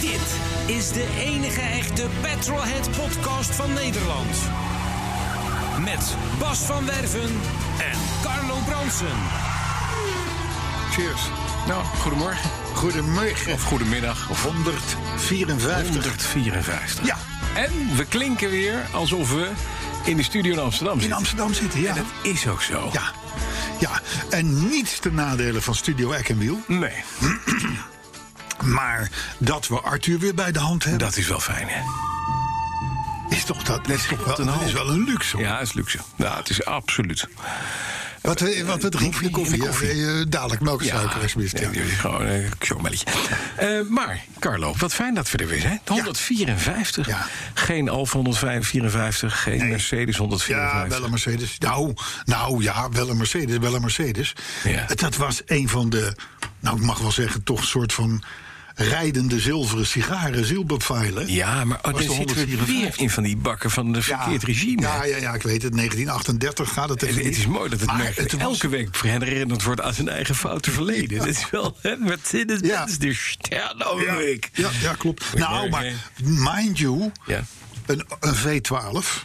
Dit is de enige echte Petrolhead podcast van Nederland. Met Bas van Werven en Carlo Bronsen. Cheers. Nou, goedemorgen. Goedemorgen. Of goedemiddag. Of 154. 154. Ja, En we klinken weer alsof we in de studio in Amsterdam zitten. in Amsterdam zitten, En ja. dat is ook zo. Ja, ja. En niet ten nadele van Studio Eck en Wiel. Nee, Maar dat we Arthur weer bij de hand hebben, dat is wel fijn, hè? is toch, dat, is toch scheelt wel, een dat is hoop. wel een luxe. Ja, het is luxe. Ja, het is absoluut. Wat we, wat we drinken koffie, in de koffie. de ja. koffie. Eh, dadelijk melksuiker is mist. nee, Ja. dit is gewoon een chocomelletje. Eh, maar, Carlo, wat fijn dat we er weer zijn. 154. Ja. Geen Alfa 154, geen Mercedes 154. Ja, wel een Mercedes. Nou, nou ja, wel een Mercedes, wel een Mercedes. Ja. Dat was een van de, nou ik mag wel zeggen, toch een soort van rijdende zilveren sigaren, zielbepfeilen. Ja, maar oh, Was dan de zitten we 154. weer in van die bakken van de verkeerd regime. Ja, ja, ja, ik weet het. 1938 gaat het Het, even het is niet. mooi dat het Maar merk het was- elke week herinnerend wordt aan zijn eigen foute verleden. Dat is wel, hè, met zin is Ja. de Sternenweek. Ja, ja, klopt. Nou, maar Goedemorgen. mind you, Ja. Mhm. een, een V12,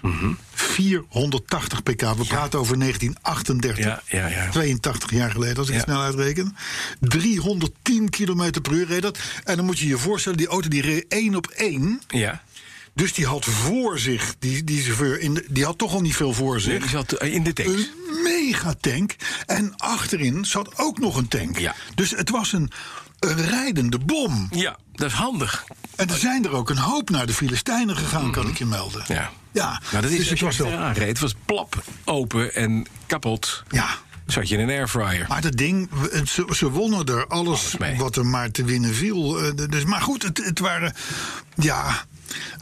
480 pk. We praten over 1938. Ja, ja, ja. 82 jaar geleden, als ik het Ja. snel uitreken. 310 km per uur reed dat. En dan moet je je voorstellen, die auto die reed één op één. Ja. Dus die had voor zich, die, die chauffeur, in de- die had toch al niet veel voor zich. Nee, die zat eh, in de Een tekst. megatank. En achterin zat ook nog een tank. Ja. Dus het was een, een rijdende bom. Ja, dat is handig. En er zijn er ook een hoop naar de Filistijnen gegaan, kan ik je melden. Mhm. Ja. ja. Maar dat is dus het was wel. aanreed. Het was plap, open en kapot. Ja. Zat je in een airfryer. Maar dat ding, we- ze, ze wonnen er alles, Alles mee. wat er maar te winnen viel. Eh, de- Dus, maar goed, het, het waren. Ja,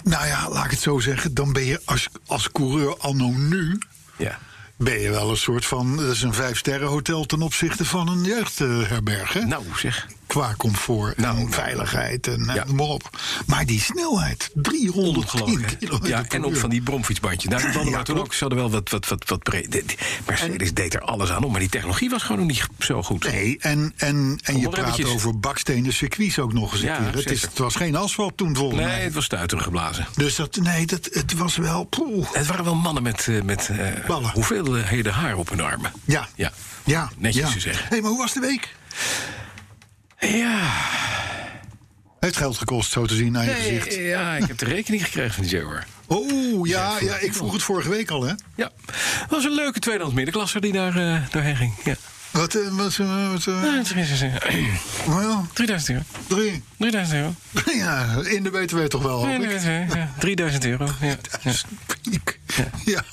nou ja, laat ik het zo zeggen. Dan ben je als, als coureur anno nu. Ja. Ben je wel een soort van. Dat is een vijfsterrenhotel ten opzichte van een jeugdherberg. Hè? Nou zeg, qua comfort en Nou, veiligheid en ja. eh, noem maar op. Maar die snelheid, 310 ongelooflijk. km Ja, en ook van die bromfietsbandje. Nou, die hadden Ja, maar toen ook. Ze hadden wel wat, wat, wat, wat breed. de- de- Mercedes deed er alles aan om, maar die technologie was gewoon nog niet zo goed. Nee, en, en, en je Allemaal praat remmetjes. over bakstenen circuits ook nog eens een Ja, keer. Het, is, zeker. het was geen asfalt toen volgens Nee, mij. het was stuiterig geblazen. Dus dat, nee, dat, het was wel... poeh. Het waren wel mannen met, eh, met eh, Ballen. hoeveelheden haar op hun armen. Ja. Ja. Ja, Netjes ja. te zeggen. Hé, maar hoe was de week? Ja. Heeft geld gekost, zo te zien, aan je gezicht. Nee, ja, ik heb de rekening gekregen van die Jaguar. Oh, ja, ja, ik vroeg het vorige week al, hè. Ja. Dat was een leuke tweedehands middenklasser die daar eh, doorheen ging. Ja. Wat, eh, wat, eh, wat, eh, Nou, het is, eh, wel, 3000 euro. drie. 3000 euro. Ja, in de BTW toch wel, hoop Nee, ik. nee, nee, ja. 3000 euro. Ja. Ja. Piek. Ja.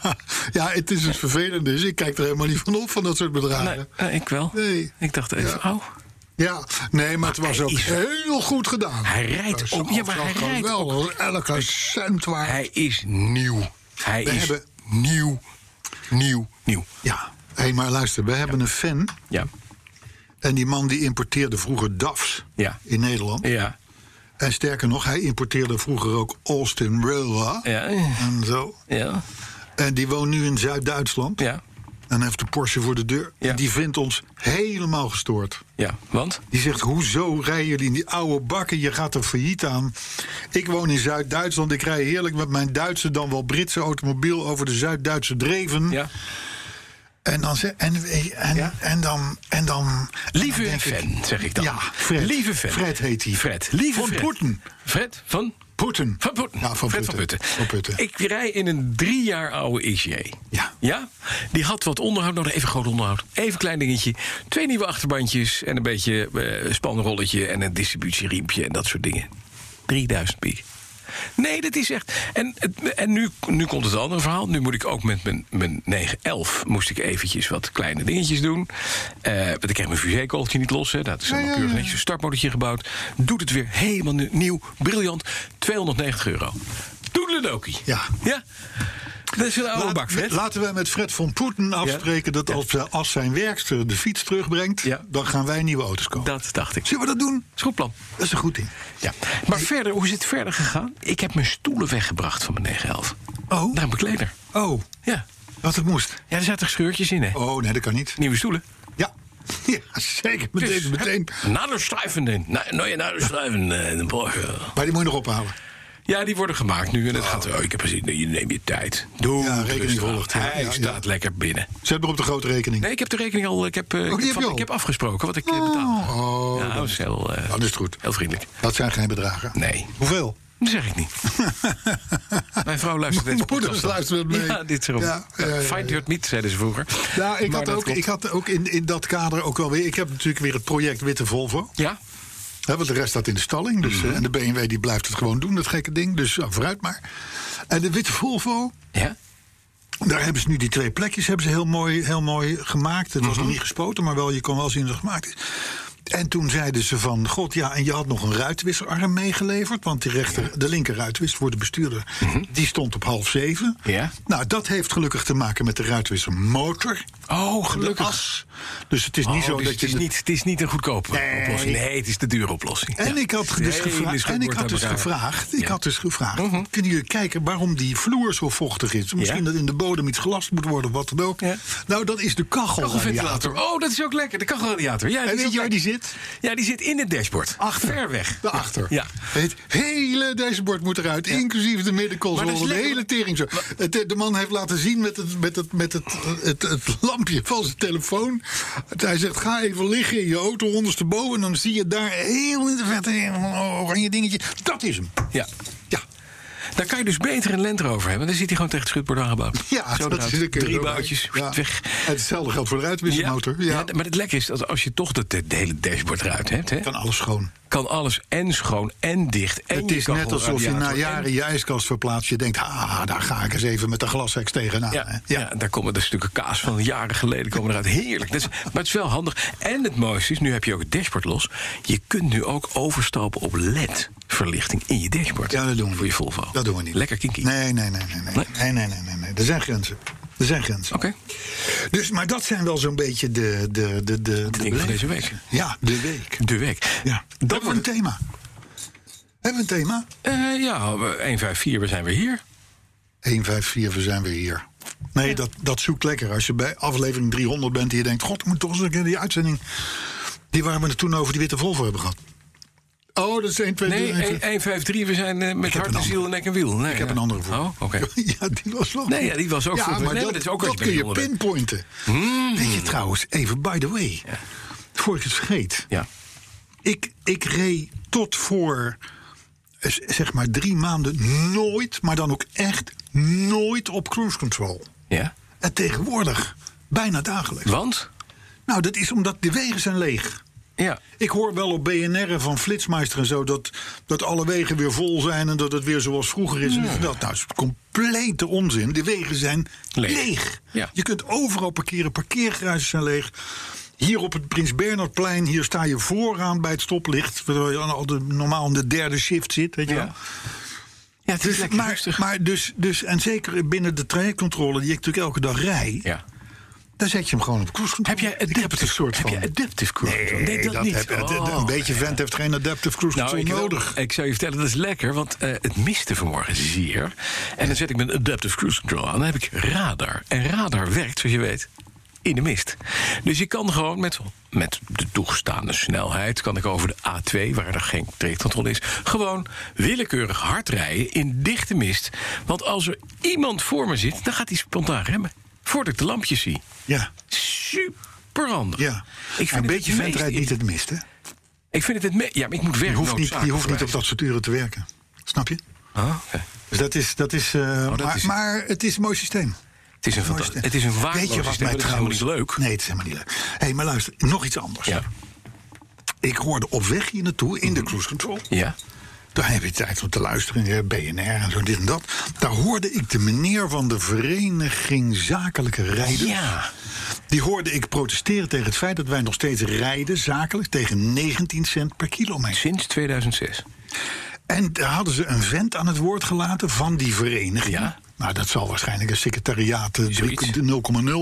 ja, het is het vervelende. Dus ik kijk er helemaal niet van op van dat soort bedragen. Nee, nee, ik wel. Nee. Ik dacht even, oh. Ja, nee, maar het was hij ook is- heel goed gedaan. Hij rijdt Zo, ook. Ja, maar hij gewoon rijdt wel ook. elke cent waar. Hij is nieuw. Hij We is hebben- nieuw. Nieuw. Nieuw. Ja, hé, maar luister, we hebben een fan. Ja. En die man die importeerde vroeger DAFs Ja. in Nederland. Ja. En sterker nog, hij importeerde vroeger ook Austin Railwa. Ja. En zo. Ja. En die woont nu in Zuid-Duitsland. Ja. En heeft de Porsche voor de deur. Ja. En die vindt ons helemaal gestoord. Ja. Want? Die zegt, hoezo rijden jullie in die oude bakken? Je gaat er failliet aan. Ik woon in Zuid-Duitsland. Ik rij heerlijk met mijn Duitse, dan wel Britse automobiel... over de Zuid-Duitse dreven. Ja. En dan... ze- En, en, Ja. en dan... En dan Lieve dan denk ik- fan, zeg ik dan. Ja, Fred. Lieve fan. Fred heet hij. Fred. Lieve Van Fred. Poeten. Fred van... Poeten. Van Putten. Ja, Nou, van Fred Putten. Van Putten. Ik rij in een drie jaar oude ICA. Ja. Ja? Die had wat onderhoud nodig. Even groot onderhoud. Even klein dingetje. Twee nieuwe achterbandjes. En een beetje eh, spanrolletje. En een distributieriempje. En dat soort dingen. 3000 piek. Nee, dat is echt. En, het- en nu, nu komt het andere verhaal. Nu moet ik ook met mijn, mijn 911 moest ik eventjes wat kleine dingetjes doen. Eh, want ik kreeg mijn fusékooltje niet los. Hè. Dat is helemaal keurig netjes een startmotortje gebouwd. Doet het weer helemaal nu- nieuw, briljant. 290 euro. Toedeledokie. Ja. Ja. Dat is een oude bak, Fred. Laten wij met Fred van Poeten afspreken dat als, eh, als zijn werkster de fiets terugbrengt, Ja. dan gaan wij nieuwe auto's kopen. Dat dacht ik. Zullen we dat doen? Is goed plan. Dat is een goed ding. Ja. Maar verder, hoe is het verder gegaan? Ik heb mijn stoelen weggebracht van mijn 911. Oh. Naar mijn kleder. Oh, Ja. wat het moest. Ja, er zaten scheurtjes in, hè? Oh, nee, dat kan niet. Nieuwe stoelen. Ja, ja zeker. Meteen, Dus, meteen. hè, Naderstrijvende. Na, nou ja, naderstrijvende. eh, de Porsche. Maar die moet je nog ophalen. Ja, die worden gemaakt nu. En het gaat. Oh, ik heb gezien. nee, Je neemt je tijd. Doe. Ja, het rekening rustig aan. volgt, ja, Hij ja, ja. staat lekker binnen. Zet maar op de grote rekening. Nee, ik heb de rekening al. Ik heb, eh, ik, Oh, die heb heb van- je al? ik heb afgesproken wat ik eh, betaal. Oh, ja, dat is heel, eh, dan is het goed. heel vriendelijk. Dat zijn geen bedragen. Nee. Hoeveel? Dat zeg ik niet. Mijn vrouw luistert deze Mijn moeders podcast al. luistert mee. Ja, dit is erom. Ja, ja, ja, ja. Fijn heurt niet, zeiden ze vroeger. Ja, Nou, ik Maar had dat ook, klopt. ik had ook in, in dat kader ook wel weer. Ik heb natuurlijk weer het project Witte Volvo. Ja? Hè, want de rest staat in de stalling. Dus, Mhm. eh, En de BMW die blijft het gewoon doen, dat gekke ding. Dus ja, vooruit maar. En de Witte Volvo, Ja? daar hebben ze nu die twee plekjes hebben ze heel, mooi, heel mooi gemaakt. Het was Mhm. nog niet gespoten, maar wel, je kon wel zien dat het gemaakt is. En toen zeiden ze van, god ja, en je had nog een ruitwisserarm meegeleverd... want die rechter, de linker ruitwisser voor de bestuurder, die stond op half zeven. Mhm. Ja. Nou, dat heeft gelukkig te maken met de ruitwissermotor. Oh, De gelukkig. as. Dus het is Oh, niet zo dus dat het, je... is de- niet, het is niet een goedkope Nee. oplossing. Nee, het is de dure oplossing. En Ja. ik had Nee, dus is gevraagd, goed en ik woord had bij dus elkaar. gevraagd, ik Ja. Mhm. had dus gevraagd, kunnen jullie kijken waarom die vloer zo vochtig is? Misschien Ja. dat in de bodem iets gelast moet worden of wat dan ook. Ja. Nou, dat is de kachelradiator. Kachelventilator. Oh, dat is ook lekker. De kachelradiator. Ja, En is weet ook je waar die lekker. zit? Ja, die zit in het dashboard. Achter. Ver weg. Daarachter. Ja. Het hele dashboard moet eruit, inclusief de Maar dat middenconsole, is de lekker- hele tering. Zo. Het, eh, de man heeft laten zien met het, met het, met het, eh, het, het lampje van zijn telefoon. Het- Hij zegt, ga even liggen in je auto ondersteboven... en dan zie je daar heel in de verte een oranje dingetje. Dat is hem. Ja. Ja, Daar kan je dus beter een Land Rover hebben. Dan zit hij gewoon tegen het schutbord aangebouwd. Ja, Zo dat eruit. is een keer Drie zo. boutjes, Ja. weg. En hetzelfde geldt voor de ruitwisselmotor. Ja. maar het lekker is dat als je toch dat het hele dashboard eruit hebt... Hè, kan alles schoon. kan alles en schoon en dicht en Het je is net alsof je na kachelradiator jaren je ijskast verplaatst. Je denkt, ah, daar ga ik eens even met de glasheks tegenaan. Ja, Ah, hè. ja. daar komen de stukken kaas van jaren geleden komen eruit. Heerlijk. Dat is, maar het is wel handig. En het mooiste is, nu heb je ook het dashboard los. Je kunt nu ook overstappen op LED-verlichting in je dashboard. Ja, dat doen we Voor je niet. Volvo. Dat doen we niet. Lekker kinky. Nee, nee, nee, nee, nee. Nee? Nee, nee, nee, nee. nee. Er zijn grenzen. Er zijn grenzen. Oké, Dus, maar dat zijn wel zo'n beetje de... de, de, de, de ding van deze week. Ja, de week. De week. Ja. Dat Hebben we een wordt- thema? Hebben we een thema? Eh, ja, we- 154, we zijn weer hier. 154, we zijn weer hier. Nee, dat, dat zoekt lekker. Als je bij aflevering 300 bent en je denkt... God, ik moet toch eens een keer die uitzending... Die waar we het toen over die witte Volvo hebben gehad. Oh, dat is 1, 2, 3, Nee, 1- 153, we zijn eh, met heb hart en een ziel en nek en wiel. Nee, Ik heb een andere voor. Oh, oké. Ja, die was wel Nee, ja, die was ook ja, voor- maar nee, maar dat, dat is ook als dat je Hmm. kun je bij de honderd pinpointen. Weet je trouwens, even by the way. Voor ik het vergeet. Ja. Ik, ik reed tot voor eh, z- zeg maar drie maanden nooit... maar dan ook echt nooit op cruise control. ja. En tegenwoordig bijna dagelijks. Want? Nou, dat is omdat de wegen zijn leeg. Ja. Ik hoor wel op BNR en van Flitsmeister en zo dat, dat alle wegen weer vol zijn en dat het weer zoals vroeger is. En dit en dat. Nou, dat is complete onzin. De wegen zijn Leeg. leeg. Ja. Je kunt overal parkeren, parkeergarages zijn leeg. Hier op het Prins Bernhardplein, hier sta je vooraan bij het stoplicht. Terwijl je dan al de- normaal in de derde shift zit. Weet je Ja. wel. Ja, het is Dus, lekker maar rustig. maar dus, dus, en zeker binnen de trajectcontrole, die ik natuurlijk elke dag rijd, ja. daar zet je hem gewoon op koers. Heb jij Ik heb het een soort heb van. jij adaptive cruise control? Nee, dat, niet. heb- het- het- Oh. een beetje vent heeft geen adaptive cruise Nou, control ik, nodig. ik zou je vertellen, dat is lekker, want eh, het miste vanmorgen zeer. En dan zet ik mijn adaptive cruise control aan, dan heb ik radar. En radar werkt, zoals je weet, in de mist. Dus je kan gewoon met, met de toegestaande snelheid... kan ik over de A2, waar er geen trajectcontrole is... gewoon willekeurig hard rijden in dichte mist. Want als er iemand voor me zit, dan gaat hij spontaan remmen. Voordat ik de lampjes zie. Ja, Super handig. ja. Ik vind een het beetje het vent meest rijdt niet het mist, hè? ik vind het het me- Ja, maar ik moet werken. Je hoeft, niet, je hoeft niet op dat soort uren te werken. Snap je? Dus dat is... Dat is, eh, Oh, dat maar, is- maar het is een mooi systeem. Het is een, Mooi fanta- systeem. het is een waardeloos Weet je wat systeem, mij maar dat is trouwens... helemaal niet leuk. Nee, het is helemaal niet leuk. Hé, maar luister, nog iets anders. Ja. Mhm. Ik hoorde op weg hier naartoe, in de cruise control... Ja. Daar heb je tijd om te luisteren, eh, BNR en zo dit en dat. Daar hoorde ik de meneer van de Vereniging Zakelijke Rijders. Ja. Die hoorde ik protesteren tegen het feit dat wij nog steeds rijden zakelijk tegen 19 cent per kilometer. Sinds 2006. En daar hadden ze een vent aan het woord gelaten van die vereniging. Ja. Nou, dat zal waarschijnlijk een secretariaat eh, Zoiets. 3,0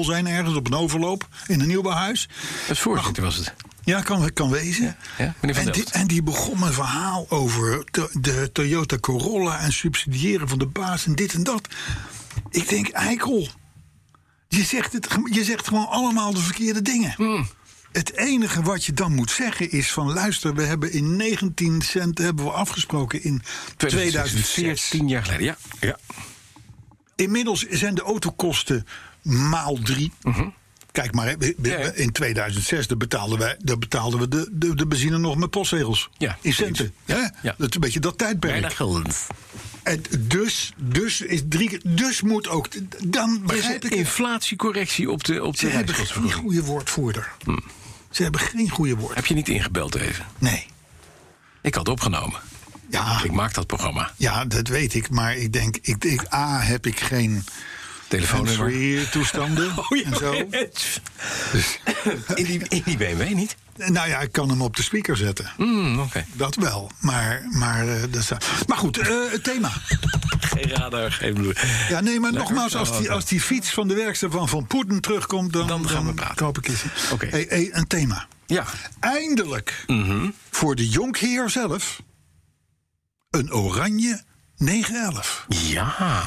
zijn ergens op een overloop in een nieuwbouwhuis. Als voorzitter was het. Ja, kan, kan wezen. Ja, ja, meneer Van en, die, Delft. en die begon een verhaal over de, de Toyota Corolla en subsidiëren van de baas en dit en dat. Ik denk, eikel, je zegt, het, ge- je zegt gewoon allemaal de verkeerde dingen. Hmm. Het enige wat je dan moet zeggen is van luister, we hebben in 19 cent hebben we afgesproken in 2006, 2014. tien jaar geleden. Ja, ja. Inmiddels zijn de autokosten maal drie. Kijk maar, hè, we- we- Mhm. Ja, ja. in 2006 daar betaalden, wij, daar betaalden we de, de, de benzine nog met postzegels. Ja, in centen. precies. Ja, hè? ja. Dat is een beetje dat tijdperk. bijna guldens. En dus, dus, is drie, keer- dus moet ook... Dan begrijp ik het. inflatiecorrectie op de, op Ze de hebben geen reiskostenvergoeding. goede woordvoerder. Ze hebben geen goede woord. Hmm. Heb je niet ingebeld even? Nee. Ik had opgenomen. Ja, Ik maak dat programma. ja, dat weet ik. Maar ik denk, ik, ik, A, heb ik geen Telefoonnummer. Oh hands-free toestanden en zo. Dus- In die, in die BMW niet? Nou ja, ik kan hem op de speaker zetten. Hmm, Oké. Dat wel, maar, maar, eh, dat zou- maar goed, eh, het thema. Geen radar, geen bloed. Ja, nee, maar Lekker. nogmaals, als die, als die fiets van de werkster van Van Poeten terugkomt... dan, Dan gaan we praten. koop ik eens. Oké. Hey, hey, een thema. Ja, Eindelijk Mhm. voor de jonkheer zelf een oranje 911. ja.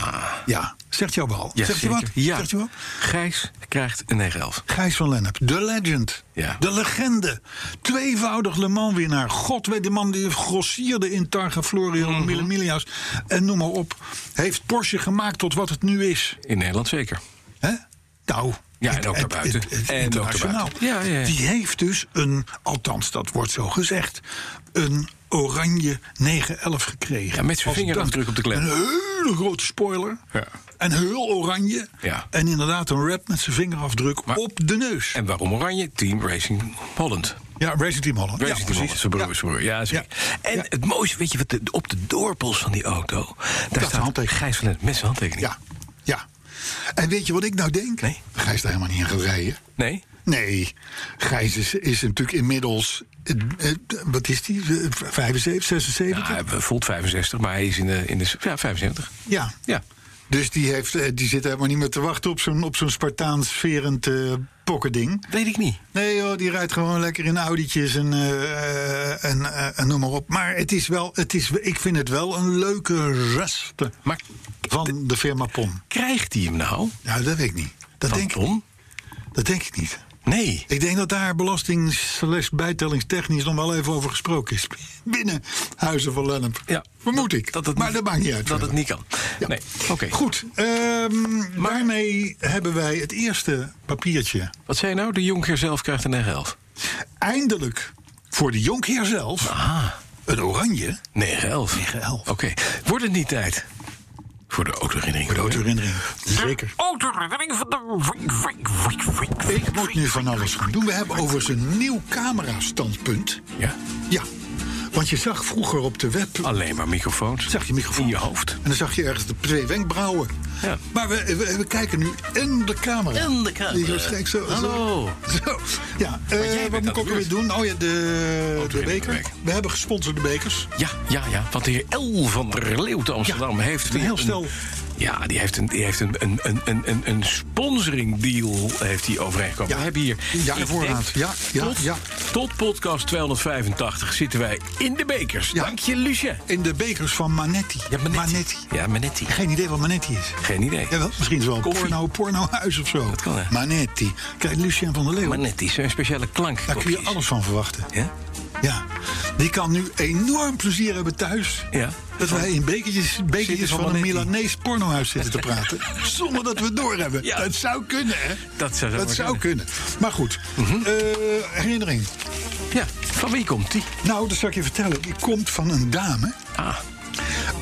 Ja, zegt jou wel. Ja, zegt je wat? zeker. Ja. Zegt je wat? Gijs krijgt een 911. Gijs van Lennep, de legend, Ja. de legende. Tweevoudig Le Mans-winnaar. God weet, de man die grossierde in Targa Florio, Mhm. mm en noem maar op. Heeft Porsche gemaakt tot wat het nu is. In Nederland zeker. hè? Nou... Ja, en het- ook het- daarbuiten. het- het En ook internationaal. daarbuiten. Ja, ja, ja. Die heeft dus een, althans dat wordt zo gezegd, een oranje 911 gekregen. Ja, met zijn Als vingerafdruk dank. op de klep. Een hele grote spoiler. Ja. En heel oranje. Ja. En inderdaad een rap met zijn vingerafdruk Maar- op de neus. En waarom Oranje? Team Racing Holland. Ja, Racing Team Holland. Racing ja, Team Holland, precies. zijn broer, Ja. zijn broer. Ja, zeker. Ja. En Ja. het mooiste, weet je wat, de- op de doorpols van die auto... daar staat handtekening. Gijs van Lennep met zijn handtekening. Ja. ja. En weet je wat ik nou denk? Nee. Gijs is daar helemaal niet in gaan rijden. Nee? Nee, Gijs is, is natuurlijk inmiddels... eh, eh, wat is die? Eh, 75, 76? Ja, hij voelt 65, maar hij is in de, in de ja, 75. Ja. Ja. Dus die, heeft, eh, die zit helemaal niet meer te wachten op zo'n op zo'n Spartaans verend eh pokkerding. Weet ik niet. Nee joh, die rijdt gewoon lekker in Audi'tjes en, eh, en, eh, en noem maar op. Maar het is wel, het is, ik vind het wel een leuke rest Maar van de firma POM. krijgt hij hem nou? Nou, dat weet ik niet. Dat, Van denk ik, Tom? dat denk ik niet. Nee. Ik denk dat daar belasting-bijtellingstechnisch nog wel even over gesproken is. Binnen Huizen van Lennep. Ja. Vermoed ik. Dat het maar niet- dat maakt niet uit. Dat het verder. niet kan. Ja. Nee. Oké. Goed, ehm, Maar- daarmee hebben wij het eerste papiertje. Wat zei je nou? De Jonker zelf krijgt een 911. Eindelijk voor de jonkheer zelf Ah, een oranje 911. 911. Oké. Wordt het niet tijd voor de autoherinnering? De autoherinnering. Zeker. Autoherinnering van de... Ik moet nu van alles gaan doen. We hebben overigens een nieuw camera-standpunt. Ja. Ja, want je zag vroeger op de web... Alleen maar microfoons. zag je microfoon. In je hoofd. En dan zag je ergens de twee wenkbrauwen. Ja. Maar we, we, we kijken nu en de camera. En de camera. Die is rechtstreeks zo, Hallo. Zo. zo. Ja, eh, jij bent wat aan moet ik de ook weer beurt. doen? Oh ja, de, de in de beker. beker. We hebben gesponsorde bekers. Ja, ja, ja. Want de heer L. van der Leeuw te Amsterdam Ja, heeft... een weer heel stel. ja, die heeft een, die heeft een, een, een, een, een, een sponsoring deal heeft hij overeengekomen. Ja, We hebben hier... een jaar ik voorraad. denk, Ja, ja, tot, ja. Tot podcast 285 zitten wij in de bekers. Ja. Dank je, Lucia. In de bekers van Manetti. Ja, Manetti. Geen idee wat Manetti is. Geen idee. Jawel, misschien is het wel een Koffie. porno, pornohuis of zo. Dat kan, hè? Manetti. Kijk, Lucien van der Leeuw. Manetti zijn speciale klank. Daar kun je alles van verwachten. Ja? Ja. Die kan nu enorm plezier hebben thuis. Ja. Dat wij in bekertjes, bekertjes Zitten van van een Manetti. Milanees pornohuis zitten te praten. Zonder dat we het doorhebben. Ja. Dat zou kunnen, hè? Dat Mhm. zou zomaar dat zou kunnen. Maar goed, Eh, herinnering. Ja, van wie komt die? Nou, dat zal ik je vertellen. Die komt van een dame, Ah,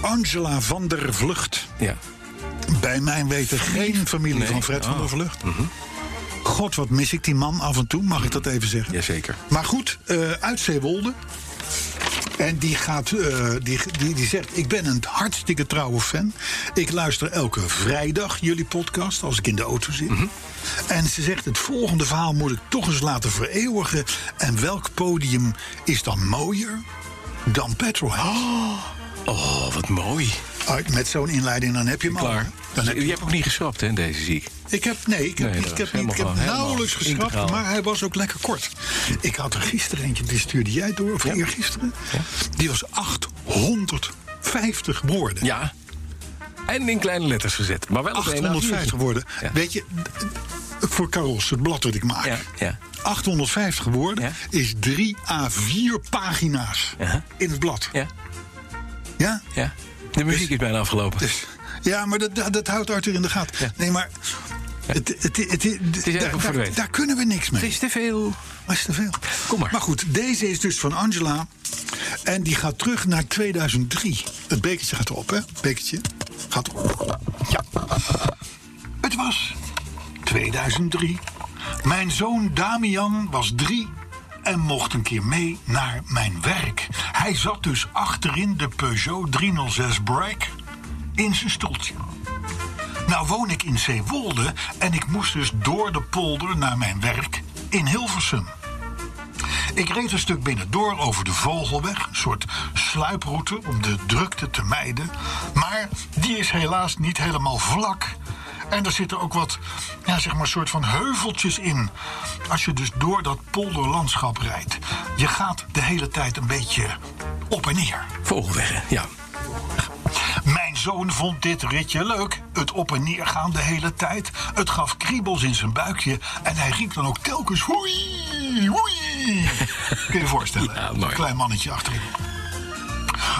Angela van der Vlucht. ja. Bij mijn weten geen familie Nee. van Fred van Oh. der Vlucht. God, wat mis ik die man af en toe, mag ik dat even zeggen? Jazeker. Maar goed, eh uit Zeewolde. En die, gaat, eh, die, die, die zegt: Ik ben een hartstikke trouwe fan. Ik luister elke vrijdag jullie podcast als ik in de auto zit. Mhm. En ze zegt: Het volgende verhaal moet ik toch eens laten vereeuwigen. En welk podium is dan mooier dan Petrolhead? Oh, wat mooi. Ah, Met zo'n inleiding, dan heb je hem al, Klaar. hè? Dan heb je je hebt ook niet geschrapt, hè, deze ziek. Ik heb, nee, ik heb, Nee, niet- dat ik is heb, niet, helemaal ik heb gewoon- nauwelijks helemaal geschrapt, integraal. maar hij was ook lekker kort. Ik had er gisteren eentje, die stuurde jij door, of eergisteren. Die was 850 woorden. Ja. En in kleine letters gezet. Maar wel op één A4. 850 woorden. Ja. Weet je, voor Caros, het blad dat ik maak. Ja, ja. 850 woorden Ja. is 3 à 4 pagina's Ja. in het blad. Ja, Ja? ja. De muziek is bijna afgelopen. Dus, ja, maar dat, dat, dat houdt Arthur in de gaten. Ja. Nee, maar. Het, het, het, het, eigenlijk daar- ook daar, verdwenen. daar kunnen we niks mee. Het is te veel. Maar is te veel. Kom maar. Maar goed, deze is dus van Angela. En die gaat terug naar 2003. Het bekertje gaat op, hè? Het bekertje gaat op. Ja. Het was 2003. Mijn zoon Damian was drie en mocht een keer mee naar mijn werk. Hij zat dus achterin de Peugeot 306 Break in zijn stoeltje. Nou woon ik in Zeewolde en ik moest dus door de polder naar mijn werk in Hilversum. Ik reed een stuk binnendoor over de Vogelweg, een soort sluiproute om de drukte te mijden. Maar die is helaas niet helemaal vlak. En er zitten ook wat, ja, zeg maar, soort van heuveltjes in. Als je dus door dat polderlandschap rijdt. Je gaat de hele tijd een beetje op en neer. Vogelweg, ja. Mijn zoon vond dit ritje leuk. Het op en neer gaan de hele tijd. Het gaf kriebels in zijn buikje. En hij riep dan ook telkens hoei, hoei. Kun je je voorstellen? Ja, mooi. Klein mannetje achterin.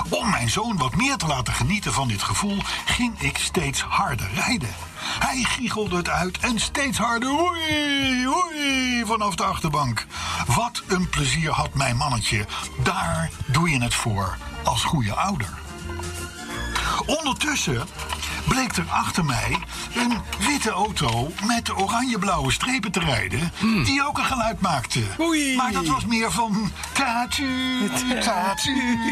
Om mijn zoon wat meer te laten genieten van dit gevoel... ging ik steeds harder rijden. Hij giechelde het uit en steeds harder hoei, hoei vanaf de achterbank. Wat een plezier had mijn mannetje. Daar doe je het voor als goede ouder. Ondertussen bleek er achter mij een witte auto met oranje-blauwe strepen te rijden. Die ook een geluid maakte. Oei. Maar dat was meer van. Tatu, tatu.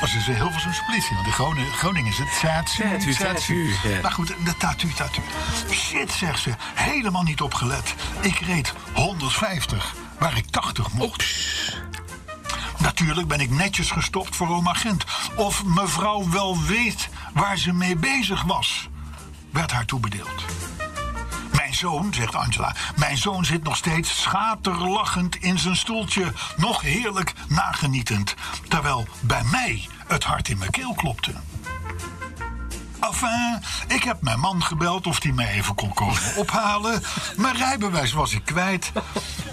Dat is dus heel veel zo'n splitsie, want in Groningen, Groningen is het tatu, Tatu, tatu, tatu. ja. Maar Nou goed, de tatu, tatu. Shit, zegt ze, helemaal niet opgelet. Ik reed 150, waar ik 80 mocht. Natuurlijk ben ik netjes gestopt voor oom agent. Of mevrouw wel weet waar ze mee bezig was, werd haar toebedeeld. Mijn zoon, zegt Angela, mijn zoon zit nog steeds schaterlachend in zijn stoeltje, nog heerlijk nagenietend, terwijl bij mij het hart in mijn keel klopte. Enfin, ik heb mijn man gebeld of hij mij even kon komen ophalen. Mijn rijbewijs was ik kwijt.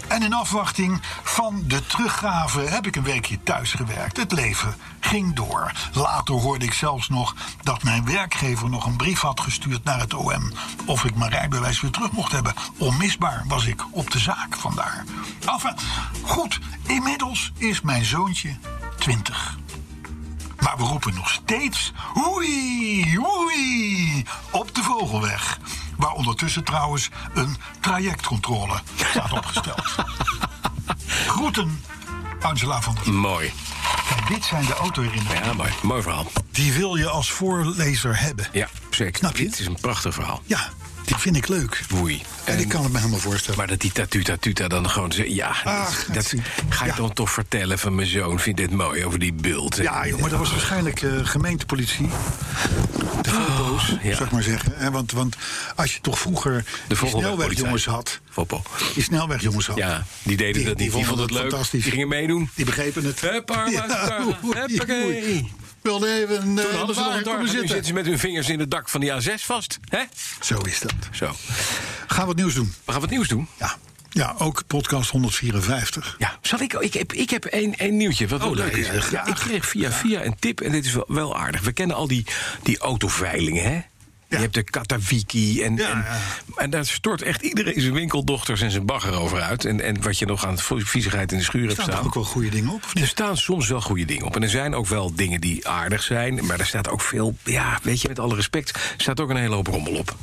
En in afwachting van de teruggave heb ik een weekje thuis gewerkt. Het leven ging door. Later hoorde ik zelfs nog dat mijn werkgever nog een brief had gestuurd naar het OM. Of ik mijn rijbewijs weer terug mocht hebben. Onmisbaar was ik op de zaak vandaar. Enfin, goed, inmiddels is mijn zoontje 20. Maar we roepen nog steeds hoei, hoei op de Vogelweg. Waar ondertussen trouwens een trajectcontrole staat opgesteld. Groeten, Angela van der Vliet. Mooi. En dit zijn de autoherinneringen. Ja, mooi. Mooi verhaal. Die wil je als voorlezer hebben. Ja, zeker. Snap je? Dit is een prachtig verhaal. Ja, die vind ik leuk. Woei. En ik kan het me helemaal voorstellen. Maar dat die tatuta tuta dan gewoon... ze- Ja, Ah, dat, dat zie. ga ik Ja. dan toch vertellen van mijn zoon. Vind dit mooi over die bult. Ja, joh, maar dat was waarschijnlijk eh, gemeentepolitie. De foto's, ja. zou ik maar zeggen. hè, Want, want als je toch vroeger De die snelwegjongens snelwegpolitie. had... Foppo. Die snelwegjongens had. Ja, die deden dat niet. Die vonden het leuk. fantastisch. Die gingen meedoen. Die begrepen het. Huppa, huppa, oei, huppakee. oei. Wilde even eh, Toen hadden ze nog waar een dag. komen Nu zitten. zitten ze met hun vingers in het dak van die A6 vast. hè? Zo is dat. Zo. Gaan we het nieuws doen? We gaan wat nieuws doen. Ja. Ja, ook podcast 154. Ja, zal ik, ik heb, ik heb één, één nieuwtje, wat wel nou leuk ja, is. Oh, Ja, graag. ik kreeg via via een tip, en dit is wel, wel aardig. We kennen al die, die autoveilingen, hè? Je hebt de Katawiki. En, Ja, en, ja. en daar stort echt iedereen zijn winkeldochters en zijn bagger over uit. En, en wat je nog aan vo- viezigheid in de schuur hebt staan toch staan. ook wel goede dingen op? Of Er niet? staan soms wel goede dingen op. En er zijn ook wel dingen die aardig zijn. Maar er staat ook veel, ja, weet je, met alle respect, staat ook een hele hoop rommel op.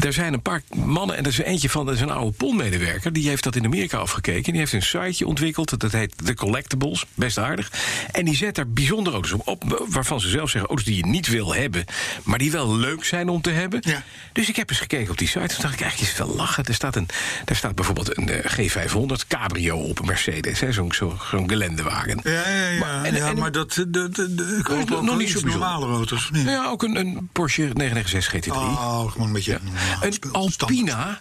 Er zijn een paar mannen, en er is er eentje van, dat is een oude polmedewerker. Die heeft dat in Amerika afgekeken. Die heeft een siteje ontwikkeld, dat heet The Collectibles. Best aardig. En die zet daar bijzondere auto's op, op waarvan ze zelf zeggen, auto's die je niet wil hebben, maar die wel leuk zijn om te hebben. Ja. Dus ik heb eens gekeken op die site. Toen dacht ik, eigenlijk is het wel lachen. Er staat, een, daar staat bijvoorbeeld een eh, G500 Cabrio op een Mercedes. hè, Zo'n zo, zo'n gelendewagen. Ja, ja, ja. Maar, en- en- maar dat, eh, dat, dat, ik hoop nog niet ook wel zo iets bijzonder. normale auto's. of niet? Nou ja, ook een, een Porsche 996 GT3. Oh, gewoon een beetje... normaal een spul, standaard. Alpina...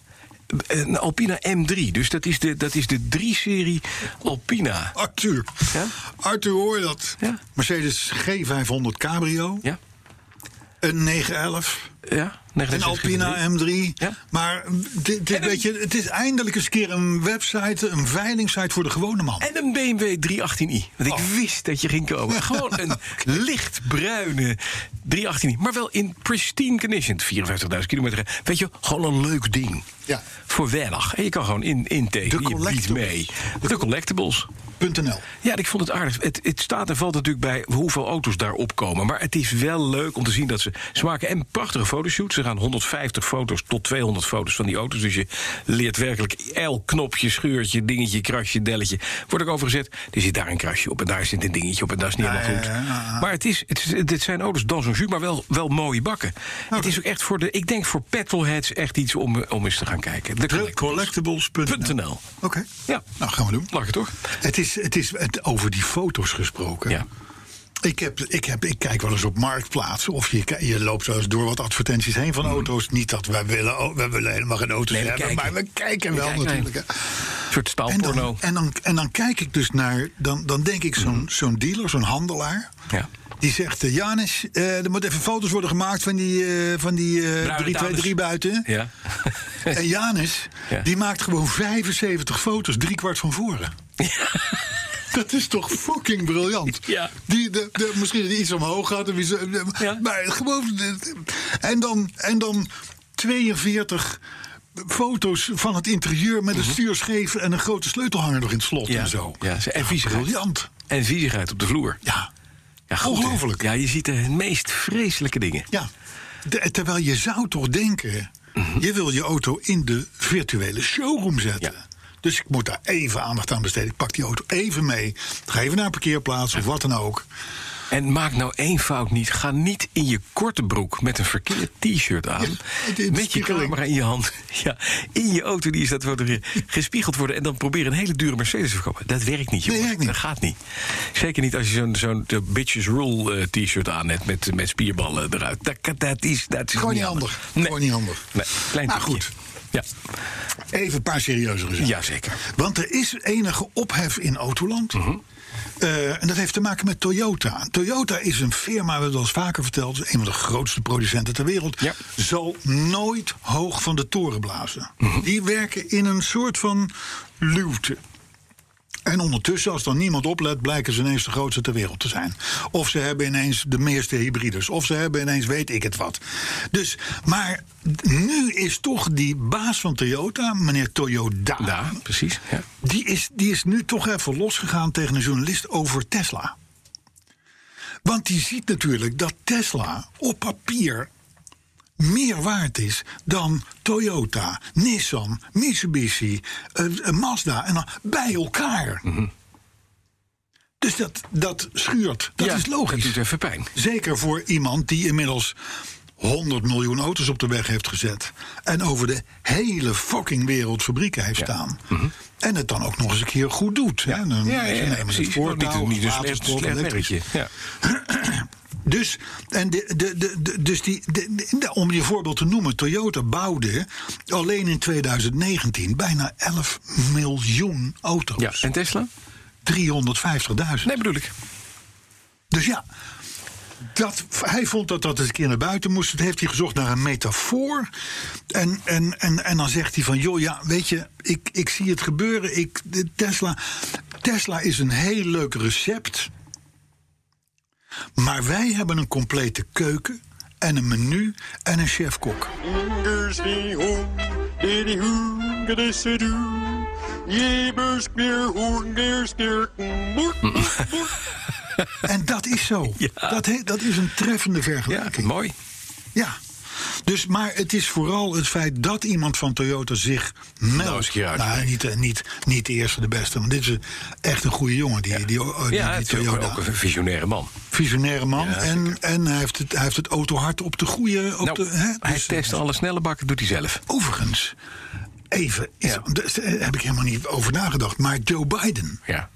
Een Alpina M3, dus dat is de, dat is de 3-serie Alpina. Arthur. Ja? Arthur, hoor je dat? Ja. Mercedes G500 Cabrio. Ja, Een 911. ja, Een 996 GT3. Alpina M3. Ja. Maar mm, dit, dit En een- weet je, het is eindelijk eens een keer een website, een veilingsite voor de gewone man. En een BMW 318i. Want ik Oh. wist dat je ging komen. Gewoon een lichtbruine 318i. Maar wel in pristine condition. 54.000 kilometer. Weet je, gewoon een leuk ding. Ja. Voor weinig. En je kan gewoon in, in tegen. De je biedt collectibles. mee. De collectibles. .nl. Ja, ik vond het aardig. Het, het staat en valt natuurlijk bij hoeveel auto's daarop komen. Maar het is wel leuk om te zien dat ze... Ze maken en prachtige fotoshoots. Ze gaan 150 foto's tot 200 foto's van die auto's. Dus je leert werkelijk elk knopje, schuurtje, dingetje, krasje, delletje. Wordt ook overgezet. Er zit daar een krasje op en daar zit een dingetje op en dat is niet helemaal goed. ja, ja, ja. Maar het, is, het, is- dit zijn auto's dan zo'n jus, maar wel, wel mooie bakken. Het is ook echt voor de... Ik denk voor petrolheads echt iets om, om eens te gaan kijken. De Collectibles.nl. Oké. collectibles.nl. Ja, Nou, gaan we doen. lachen toch? Het is, het is het, over die foto's gesproken. Ja. Ik, heb, ik, heb, ik kijk wel eens op marktplaats. Of je, ki- je loopt zo eens door wat advertenties heen van auto's. Niet dat wij willen, o- wij willen helemaal geen auto's Hmm. Nee, we hebben. kijken. Maar we kijken We wel kijken natuurlijk. hè. Een soort En staalporno. dan, en, dan, en dan kijk ik dus naar. Dan, dan denk ik zo'n Hmm. zo'n dealer, zo'n handelaar. Ja. Die zegt, eh, Janis, eh, er moeten even foto's worden gemaakt van die, eh van die eh, Bruine 323 buiten. Ja. En Janis, Ja. die maakt gewoon 75 foto's, driekwart van voren. Dat is toch fucking briljant. Ja. Die, de, de- misschien dat die iets omhoog gaat. en wie ze- Ja. Maar gewoon... de- En dan, en dan 42 foto's van het interieur met een stuurscheef... en een grote sleutelhanger nog in het slot Mhm. Ja, en zo. ja, ze- en viezigheid. Briljant. En viezigheid op de vloer. Ja. Ja, goed, hè? Ongelooflijk. Ja, je ziet de meest vreselijke dingen. Ja, de- terwijl je zou toch denken... Mhm. je wil je auto in de virtuele showroom zetten. Ja. Dus ik moet daar even aandacht aan besteden. Ik pak die auto even mee. Ga even naar een parkeerplaats of wat dan ook. En maak nou één fout niet. Ga niet in je korte broek met een verkeerd t-shirt aan. in de met je spiegeling. camera in je hand. Ja, in je auto die is dat worden gespiegeld worden. En dan proberen een hele dure Mercedes te verkopen. Dat werkt niet, jongens. werkt niet. Dat gaat niet. Zeker niet als je zo'n zo'n eh, Bitches Rule eh, t-shirt aan hebt met, met spierballen eruit. Dat, dat is, dat is Gewoon niet handig. Nee. Gewoon niet handig. Nee, klein Maar trucje. Nou, goed. Ja, Even een paar serieuzere zaken. jazeker. Mhm. Want er is enige ophef in Autoland. Eh, en dat heeft te maken met Toyota. Toyota is een firma, we hebben het al eens vaker verteld... een van de grootste producenten ter wereld. Ja. Zal nooit hoog van de toren blazen. Mhm. Die werken in een soort van luwte. En ondertussen, als dan niemand oplet, blijken ze ineens de grootste ter wereld te zijn. Of ze hebben ineens de meeste hybrides. Of ze hebben ineens weet ik het wat. Dus, maar nu is toch die baas van Toyota, meneer Toyoda. Ja, precies. Ja. Die is, die is nu toch even losgegaan tegen een journalist over Tesla. Want die ziet natuurlijk dat Tesla op papier meer waard is dan Toyota, Nissan, Mitsubishi, eh, eh, Mazda en dan bij elkaar. Dus dat, dat schuurt. Dat Ja, is logisch. Dat doet even pijn. Zeker voor iemand die inmiddels 100 miljoen auto's op de weg heeft gezet. En over de hele fucking wereld fabrieken heeft staan. Mhm. En het dan ook nog eens een keer goed doet. hè. Dan- ze nemen het nou voortouw, Niet een- niet dus een slecht, watersport, slecht elektrisch. merkje. Ja. Dus, en de, de, de, de- dus die, de- de- de- om je voorbeeld te noemen, Toyota bouwde alleen in 2019 bijna 11 miljoen ja. auto's. En Tesla? 350.000. Nee, bedoel ik. Dus ja, dat, hij vond dat dat eens een keer naar buiten moest. Toen heeft hij gezocht naar een metafoor. En, en, en, en dan zegt hij van, joh, ja, weet je, ik, ik zie het gebeuren. Ik, de Tesla, Tesla is een heel leuk recept. Maar wij hebben een complete keuken en een menu en een chef-kok. Ingersdiehoen, die hoen, dat is het doen. Jeberskeer, hoengerskeer, boer, boer. En dat is zo. Ja. Dat, he- dat is een treffende Ja, vergelijking. mooi. Ja. Dus, maar het is vooral het feit dat iemand van Toyota zich Nou, eens een meldt. keer uitspreekt. niet, eh, niet, niet de eerste, de beste. Want dit is echt een goede jongen, die, die, oh, die, Ja, die het is ook, Toyota. ook een visionaire man. Visionaire man. Ja, en en hij, heeft het, hij heeft het autohart op de goede... Op Nou, de, hè? hij Dus- test alle snelle bakken, doet hij zelf. Overigens, even, is, Ja. dus, eh, heb ik helemaal niet over nagedacht. Maar Joe Biden, Ja.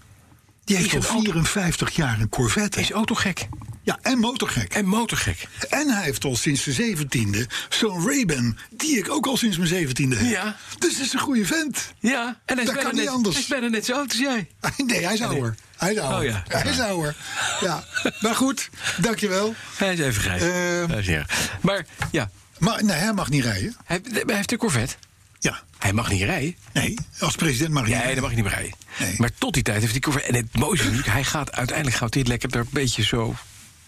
die Is heeft het al ook- 54 jaar een Corvette. Hij is autogek Ja, en motorgek. en motorgek. En hij heeft al sinds de 17e zo'n Ray-Ban, die ik ook al sinds mijn 17e heb. Ja. Dus het is een goede vent. Ja, en hij is, Dat bijna kan niet net, anders. hij is bijna net zo oud als jij. Nee, hij is ouder. Hij is ouder. Oh ja. Hij is ouder. Ja. Maar goed, dankjewel. Hij is even grijs. Eh. Hij is ja. Maar ja, Maar nee, hij mag niet rijden. hij, hij heeft een Corvette. Ja. Hij mag niet rijden. Nee, als president mag hij niet Nee, rijden. dan mag je niet meer rijden. Nee. Maar tot die tijd heeft die Corvette... En het mooiste is natuurlijk, hij gaat uiteindelijk gaat dit lekker er een beetje zo...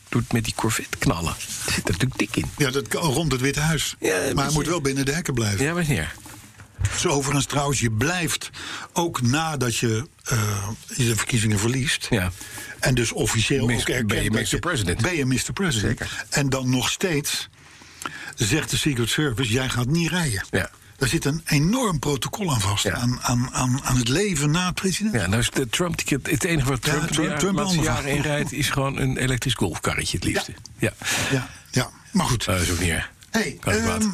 doet met die Corvette knallen. Er zit er natuurlijk dik in. Ja, dat kan rond het Witte Huis. Ja, maar hij precies. moet wel binnen de hekken blijven. Ja, meneer. Dus overigens trouwens, je blijft ook nadat je eh, je de verkiezingen verliest. Ja. En dus officieel Mis- ook erkend ben je bent, Mr. President. Ben je Mr. President. Zeker. En dan nog steeds zegt de Secret Service, jij gaat niet rijden. Ja. Daar zit een enorm protocol aan vast. Ja. Aan, aan, aan, aan het leven na het president. Ja, nou is de Trump... die- Het enige wat Ja, Trump, Trump- de Trump laatste allemaal. jaren in rijdt... is gewoon een elektrisch golfkarretje het liefste. Ja. Ja, ja. maar goed. Nou, Dat is ook niet Nou, erg. Hey, Kan ik wat? ehm,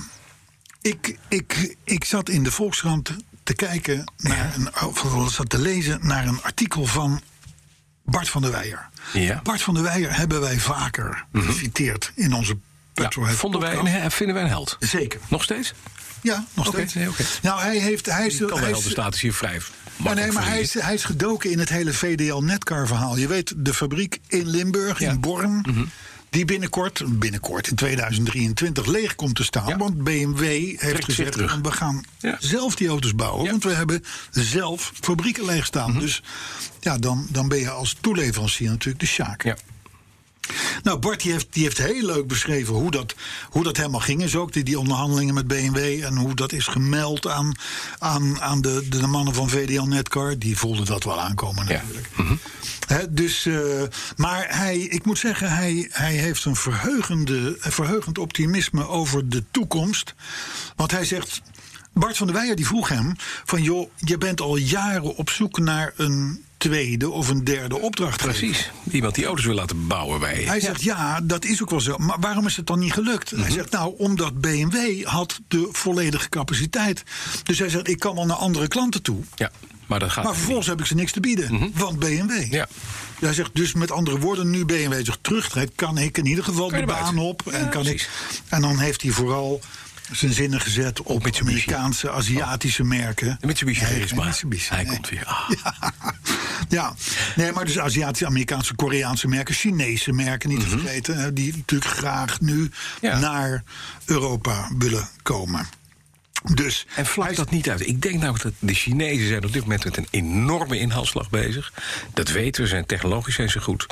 ik, ik, ik zat in de Volkskrant te kijken naar een, of ik zat te lezen naar een artikel van Bart van der Weijer. Ja. Mhm. Bart van der Weijer hebben wij vaker geciteerd in onze ja, Petrolhead vonden wij podcast. een, vinden wij een held. Zeker. Nog steeds? Ja, nog Oké, steeds. nee, oké. Nou, hij heeft. Hij is, Die kan de hij is- heldenstatus hier vrij maar Oh, nee, makkelijk maar hij verdienen. is, hij is gedoken in het hele VDL-netcar-verhaal. Je weet, de fabriek in Limburg, Ja. Mhm. in Born, die binnenkort, binnenkort in 2023 leeg komt te staan. Ja. Want BMW heeft zich gezegd, terug. we gaan Ja. zelf die auto's bouwen. Ja. Mhm. Want we hebben zelf fabrieken leeg staan. Dus ja, dan, dan ben je als toeleverancier natuurlijk de sjaak. Ja. Nou, Bart die heeft, die heeft heel leuk beschreven hoe dat, hoe dat helemaal ging. Is ook die, die onderhandelingen met BMW en hoe dat is gemeld aan, aan, aan de, de mannen van VDL Netcar. Die voelden dat wel aankomen Ja. Mhm. natuurlijk. Hè, dus, eh, maar hij, ik moet zeggen, hij, hij heeft een verheugende, een verheugend optimisme over de toekomst. Want hij zegt. Bart van der Weijer die vroeg hem van joh, je bent al jaren op zoek naar een tweede of een derde opdracht. Precies. Iemand die auto's wil laten bouwen bij. Hij zegt, ja, dat is ook wel zo. Maar waarom is het dan niet gelukt? Mhm. Hij zegt, nou, omdat BMW had de volledige capaciteit. Dus hij zegt, ik kan wel naar andere klanten toe. Ja, maar dat gaat Maar vervolgens heb ik ze niks te bieden, want BMW. Mhm. Ja. Hij zegt, dus met andere woorden, nu BMW zich terugtrekt... kan ik in ieder geval Kan je de eruit. baan op. Ja, En, kan ik, precies. en dan heeft hij vooral zijn zinnen gezet op Mitsubishi. Oh. Amerikaanse, Aziatische merken. De Mitsubishi Nee, Gerisma. geen Mitsubishi, Hij nee. komt weer. Ah. Ja. ja, nee, maar dus Aziatische, Amerikaanse, Koreaanse merken, Chinese merken niet te vergeten, hè, die natuurlijk graag nu Mhm. Ja. naar Europa willen komen. Dus En vlak dat niet uit. Ik denk namelijk dat de Chinezen zijn op dit moment met een enorme inhaalslag bezig. Dat weten we, zijn technologisch zijn ze goed.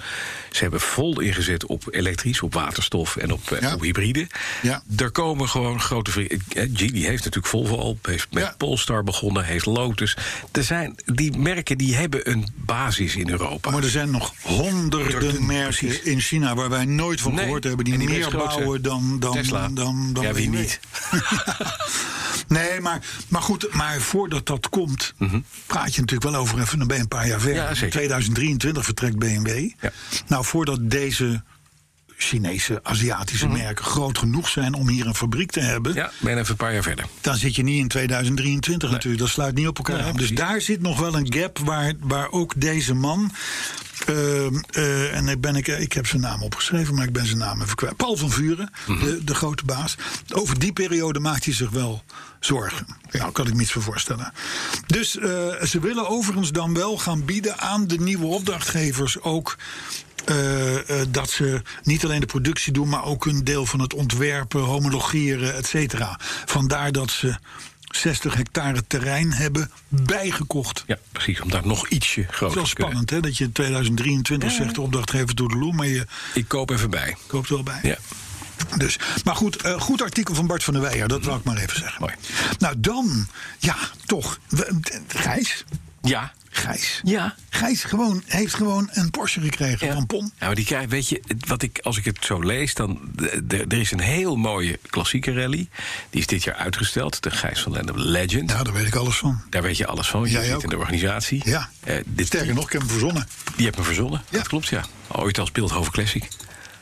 Ze hebben vol ingezet op elektrisch, op waterstof en op, eh, Ja. op hybride. Ja. Er komen gewoon grote vrienden. Geely heeft natuurlijk Volvo al, heeft met Ja. Polestar begonnen, heeft Lotus. Er zijn, die merken die hebben een basis in Europa. maar er zijn nog honderden Honderden, merken precies. in China waar wij nooit van Nee, gehoord hebben, die, en die meer best groot zijn. bouwen dan, dan, Tesla. dan, dan, Ja, wie BMW. niet? nee, maar, maar goed, maar voordat dat komt, praat je natuurlijk wel over even, dan ben je een paar jaar Mhm. Ja, verder. zeker. 2023 vertrekt BMW. Ja. Nou, voordat deze Chinese, Aziatische Mhm. merken groot genoeg zijn om hier een fabriek te hebben, Ja, ben even een paar jaar verder. dan zit je niet in 2023 natuurlijk. Dat sluit niet op elkaar Nee, aan. Dus precies. daar zit nog wel een gap waar, waar ook deze man. ehm, eh, en ik, ben, ik, ik heb zijn naam opgeschreven, maar ik ben zijn naam even kwijt. Paul van Vuren, Mhm. de, de grote baas. Over die periode maakt hij zich wel zorgen. Nou, kan ik me iets voor voorstellen. Dus eh, ze willen overigens dan wel gaan bieden aan de nieuwe opdrachtgevers ook. eh, eh, dat ze niet alleen de productie doen, maar ook een deel van het ontwerpen, homologeren, et cetera. Vandaar dat ze 60 hectare terrein hebben bijgekocht. Ja, precies, om daar nog ietsje Het groter is te wel kunnen. spannend, hè? Dat je in 2023 zegt de opdrachtgever doet de loe, maar je Ik koop even bij. koopt wel bij. Ja. Dus, maar goed, eh, goed artikel van Bart van der Weijer, dat wil ik maar even zeggen. Mooi. Nou, dan, ja, toch. we- Gijs, Ja. Gijs. Ja. Gijs gewoon, heeft gewoon een Porsche gekregen van Pon. Ja, maar die krijg, weet je, het- wat ik, als ik het zo lees, dan. d- d- Er is een heel mooie klassieke rally. Die is dit jaar uitgesteld. De Gijs van Lennep Legend. Ja, Nou, daar weet ik alles van. Daar weet je alles van. Je Jij zit ook. in de organisatie. Ja. Eh, dit, Sterker nog, ik heb hem verzonnen. Die hebt me verzonnen. Ja. Dat klopt, ja. Ooit als Beeldhoven Classic.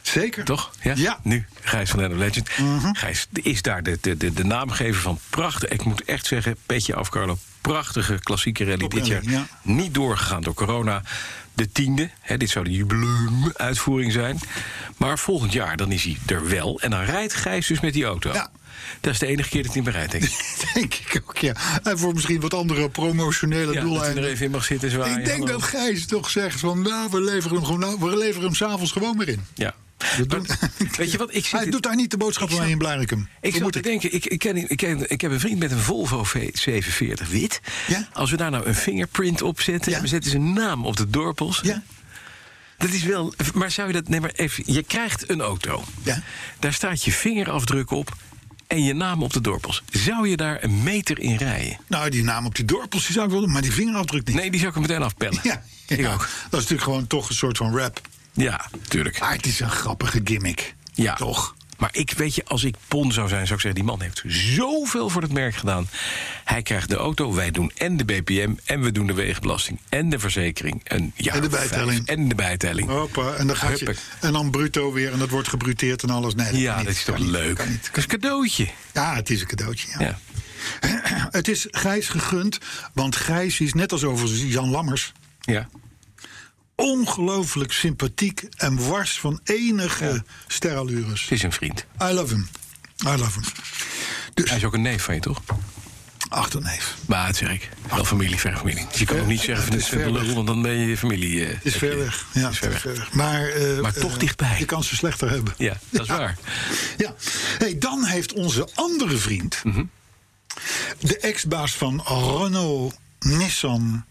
Zeker. Toch? Ja. Ja. Mhm. Nu, Gijs van Lennep Legend. Gijs is daar de, de, de, de naamgever van prachtig. Ik moet echt zeggen, petje af, Carlo. Prachtige klassieke rally Top dit jaar. rally, ja. Niet doorgegaan door corona. De tiende. Hè, dit zou de jubileum-uitvoering zijn. Maar volgend jaar dan is hij er wel. En dan rijdt Gijs dus met die auto. Ja. Dat is de enige keer dat hij hem bereidt, denk ik. Denk ik ook, ja. En voor misschien wat andere promotionele Ja, dat hij er doeleinden. even in mag zitten. zwaaien. Ik denk Hallo. dat Gijs toch zegt van, nou, we leveren hem, gewoon, nou, we leveren hem s'avonds gewoon weer in. Ja. We doen- Maar- Weet je wat? Ik zit Hij doet daar niet de boodschap van in Blarikum. Ik Dat zat moet te ik. denken, ik, ik, ken, ik, ken, ik heb een vriend met een Volvo V47 wit. Ja? Als we daar nou een fingerprint op zetten... Ja. en we zetten zijn naam op de dorpels... Ja. dat is wel... Maar zou je dat... Nee, maar even, je krijgt een auto. Ja. Daar staat je vingerafdruk op en je naam op de dorpels. Zou je daar een meter in rijden? Nou, die naam op die dorpels die zou ik wel doen, maar die vingerafdruk niet. Nee, die zou ik er meteen afpellen. Ja, Ik ja. ook. Dat is natuurlijk gewoon toch een soort van rap. Ja, tuurlijk. Maar het is een grappige gimmick. Ja. Toch? Maar ik weet je, als ik Pon zou zijn, zou ik zeggen... die man heeft zoveel voor het merk gedaan. Hij krijgt de auto, wij doen en de BPM... en we doen de wegenbelasting en de verzekering. En, ja, En de bijtelling. Oh, vijf, en de bijtelling. Hoppa, en dan gaat je, Huppakee. en dan bruto weer en dat wordt gebruteerd en alles. Nee, Ja, kan dat niet, is toch kan niet, leuk? kan niet. Dat is een cadeautje. Ja, het is een cadeautje. Ja. Ja. Het is Gijs gegund, want Gijs is net als overigens Jan Lammers... Ja. ongelooflijk sympathiek en wars van enige sterallures. Het is een vriend. I love him. I love him. Dus, Hij is ook een neef van je, toch? achterneef. Maar dat zeg ik. Wel familie, verre familie. Dus je kan Eh, ook niet zeggen van het dit is is een ver weg. lul, want dan ben je je familie... eh, Het is heb ver je- weg. Ja, het is ver weg. Maar, eh, Maar toch eh, dichtbij. Je kan ze slechter hebben. Ja, dat is waar. Ja. Hey, dan heeft onze andere vriend, Mhm. de ex-baas van Renault, Nissan,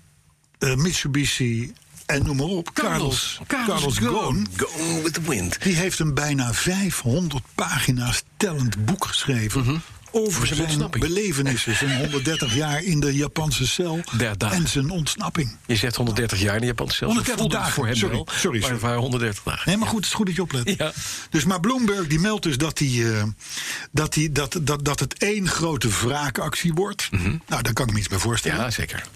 eh, Mitsubishi en noem maar op, Carlos, Carlos Ghosn, Go with the wind. die heeft een bijna 500 pagina's tellend boek geschreven. Over Mhm. zijn zijn ontsnapping. belevenissen, zijn 130 jaar in de Japanse cel Der dagen. en zijn ontsnapping. Je zegt 130 jaar in Japan zelfs. 130 voelde het dagen, voor hem sorry, wel. sorry, Maar het sorry. waren 130 dagen. Nee, maar goed, het is goed dat je oplet. Ja. Dus, maar Bloomberg die meldt dus dat, die, eh, dat, die, dat, dat, dat het één grote wraakactie wordt. Nou, daar kan ik me iets bij voorstellen. Mhm. Ja, zeker.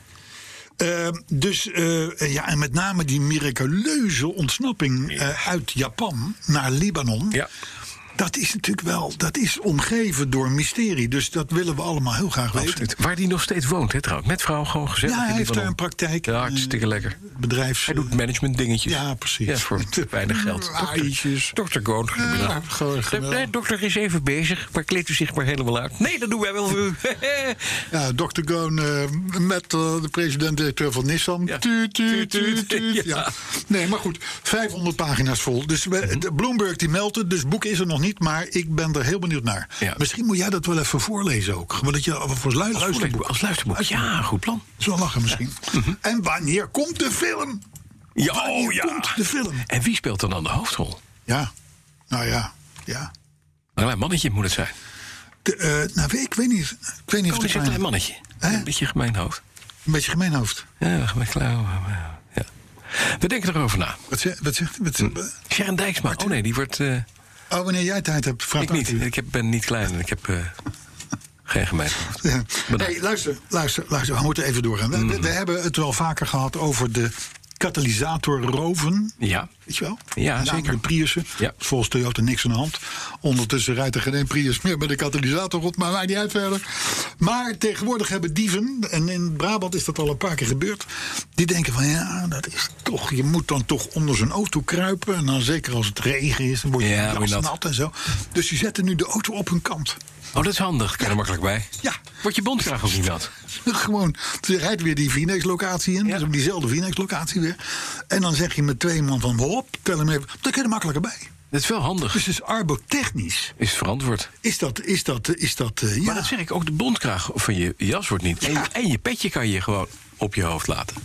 Eh, dus, eh, ja, en met name die miraculeuze ontsnapping eh, uit Japan naar Libanon. Ja. Dat is natuurlijk wel, dat is omgeven door mysterie. Dus dat willen we allemaal heel graag weten. Absoluut. Waar die nog steeds woont, hè, trouwens. Met vrouw gewoon gezet. Ja, hij heeft daar een praktijk. Ja, hartstikke eh, lekker. Bedrijfs... Hij doet management dingetjes. Ja, precies. Ja, voor weinig geld. Aaitjes. Dokter Goon. Ja, gewoon geweldig. de dokter is even bezig, maar kleedt u zich maar helemaal uit. Nee, dat doen wij wel voor u. Ja, Dr. Goon eh, met eh, de president-directeur van Nissan. Ja. Tuut, tuut, tuut, tuut. Ja. Ja. Nee, maar goed, 500 pagina's vol. Dus we, Mhm. de Bloomberg die meldt het, dus het boek is er nog niet, maar ik ben er heel benieuwd naar. Ja. Misschien moet jij dat wel even voorlezen ook. Gewoon dat je voor als lu- als, luisterboek. luisterboek. als luisterboek. Oh, Ja, goed plan. Zo lachen misschien. En wanneer komt de film? Ja, Wanneer oh, Mhm. ja. komt de film? En wie speelt dan dan de hoofdrol? Ja, nou ja, ja. Een klein mannetje moet het zijn. De, eh, nou, ik weet niet, ik weet niet Oh, of is het een een, klein mannetje. Hè? Een beetje gemeen hoofd. een beetje gemeen hoofd. Ja, maar klaar. Ja. We denken erover na. Wat zegt wat zegt wat, Hm. Sharon Dijksma. Oh nee, die wordt. eh, Oh, wanneer jij tijd hebt, vraag ik aan niet. u. Ik heb, ben niet klein en ik heb eh, geen gemeen. hoofd. Ja. Bedankt. Hey, luister, luister, luister. We moeten even doorgaan. We, we- Hm. we hebben het wel vaker gehad over de katalysatorroven. Ja. Weet je wel? Ja, Met name zeker. De Priussen. Ja. Volgens Toyota niks aan de hand. Ondertussen rijdt er geen één Prius meer met de katalysator op. Maar wij niet uit verder. Maar tegenwoordig hebben dieven, en in Brabant is dat al een paar keer gebeurd... die denken van, ja, dat is toch... je moet dan toch onder zijn auto kruipen. En dan zeker als het regen is, dan word je Ja, jas word je nat. nat en zo. Dus die zetten nu de auto op hun kant. Oh, dat is handig. Kan er makkelijk bij. Ja. Wordt je bontkraag ook niet nat? Gewoon, je rijdt weer die Vinex-locatie in. Dus op diezelfde Vinex-locatie weer. En dan zeg je met twee man van, hop, tel hem even. Dan kun je er makkelijker bij. Dat is wel handig. Dus het is arbotechnisch. Is verantwoord. Is dat, is dat, eh, is dat, eh, ja. Maar dat zeg ik ook. De bontkraag van je jas wordt niet. En, en je petje kan je gewoon op je hoofd laten.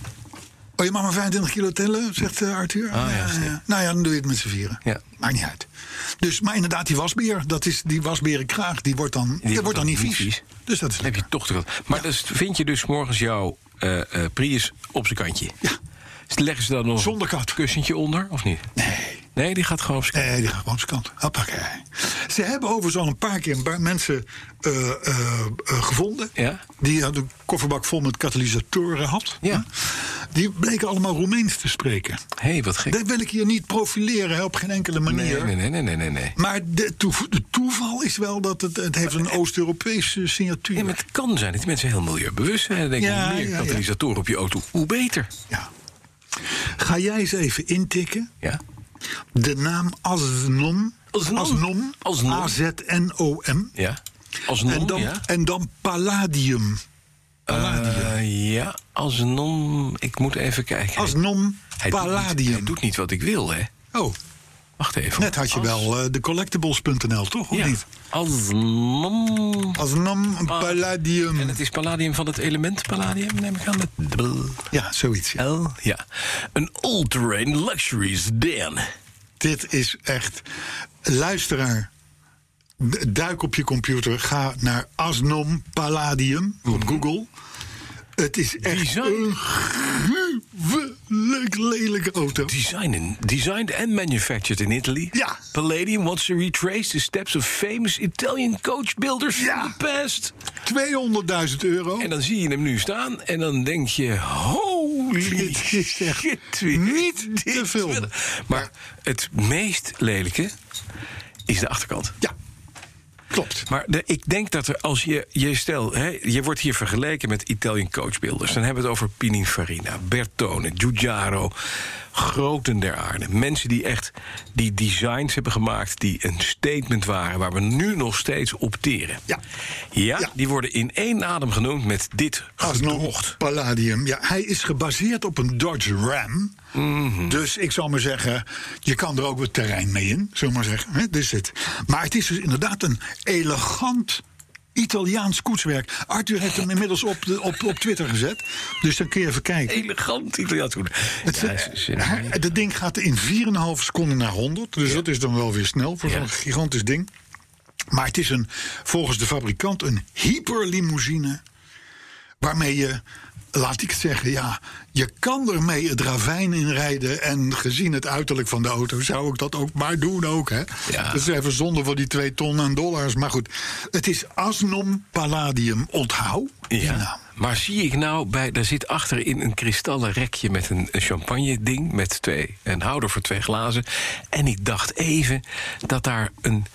Oh, je mag maar 25 kilo tellen, zegt eh, Arthur. Ah, ja, snap. Nou ja, dan doe je het met z'n vieren. Ja. Maakt niet uit. Dus, maar inderdaad, die wasbeer, dat is, die wasberenkraag, die wordt dan, die wordt dan niet vies. Dus dat is Dan heb je lekker. toch de kat. Maar dus vind je dus morgens jouw eh, eh, Prius op zijn kantje? Ja. Leggen ze dan nog Zonder een kat. kussentje onder, of niet? Nee. Nee, die gaat gewoon op zijn Nee, die gaan gewoon op zijn kant. Hoppakee. Ze hebben overigens al een paar keer een paar mensen eh, eh, eh, gevonden. Ja. Die hadden een kofferbak vol met katalysatoren had. Ja. Die bleken allemaal Roemeens te spreken. Hé, hey, wat gek. Dat wil ik hier niet profileren hè, op geen enkele manier. nee, nee, nee, nee, nee, nee, nee. Maar de, toe- de toeval is wel dat het, het heeft een Oost-Europese signatuur. Ja, eh, maar het kan zijn dat die mensen heel milieubewust zijn. Dan denk je, Ja, hoe meer ja, ja. katalysatoren op je auto, hoe beter. Ja. Ga jij eens even intikken Ja. de naam Aznom. Aznom. Aznom. A-Z-N-O-M. ja. Als En non, dan, ja. en dan Palladium. Palladium. Eh, ja, als non... Ik moet even kijken. Asnom hij, doet niet, hij Palladium. doet niet wat ik wil, hè. Oh, Wacht even. net had je As- wel eh, de collectibles.nl, toch? Of Ja. niet? Als non... Asnom Palladium. En het is palladium van het element palladium, neem ik aan. Met dubbel Ja, zoiets. ja. L. Ja. Een all-terrain luxuries dan. Dit is echt... Luisteraar, d- duik op je computer. Ga naar Asnom Palladium op Google. Het is echt Design. een gruwelijk lelijke auto. Design and- designed and manufactured in Italy. Ja. Palladium wants to retrace the steps of famous Italian coach builders Ja. from the past. 200.000 euro. En dan zie je hem nu staan en dan denk je... Holy Dit is echt shit. wie niet dit te filmen. wil. Maar het meest lelijke is de achterkant. Ja, klopt. Maar de- ik denk dat er als je, je stel, hè, je wordt hier vergeleken met Italian coachbuilders. Dan hebben we het over Pininfarina, Bertone, Giugiaro. Groten der aarde. Mensen die echt die designs hebben gemaakt die een statement waren waar we nu nog steeds opteren. Ja. Ja, Ja. die worden in één adem genoemd met dit Alsnog gedrocht. Palladium. Ja, hij is gebaseerd op een Dodge Ram. Dus ik zou maar zeggen, je kan er ook wat terrein mee in. Zullen we maar zeggen. Hè, dit is het. Maar het is dus inderdaad een elegant Italiaans koetswerk. Arthur heeft hem inmiddels op, de, op, op Twitter gezet. Dus dan kun je even kijken. Elegant Italiaans. goed. Het, Ja, ze- ze- hè, dat ding gaat in 4,5 seconden naar 100. Dus dat is dan wel weer snel voor Ja. zo'n gigantisch ding. Maar het is een, volgens de fabrikant een hyperlimousine. Waarmee je, laat ik het zeggen, ja, je kan ermee het ravijn inrijden. En gezien het uiterlijk van de auto zou ik dat ook maar doen ook. Hè? Ja. Dat is even zonde voor die twee ton aan dollars. Maar goed, het is Asnom Palladium. Onthoud die naam. Ja. Maar zie ik nou bij, daar zit achterin een kristallen rekje met een een champagne-ding, met twee, een houder voor twee glazen. En ik dacht even dat daar een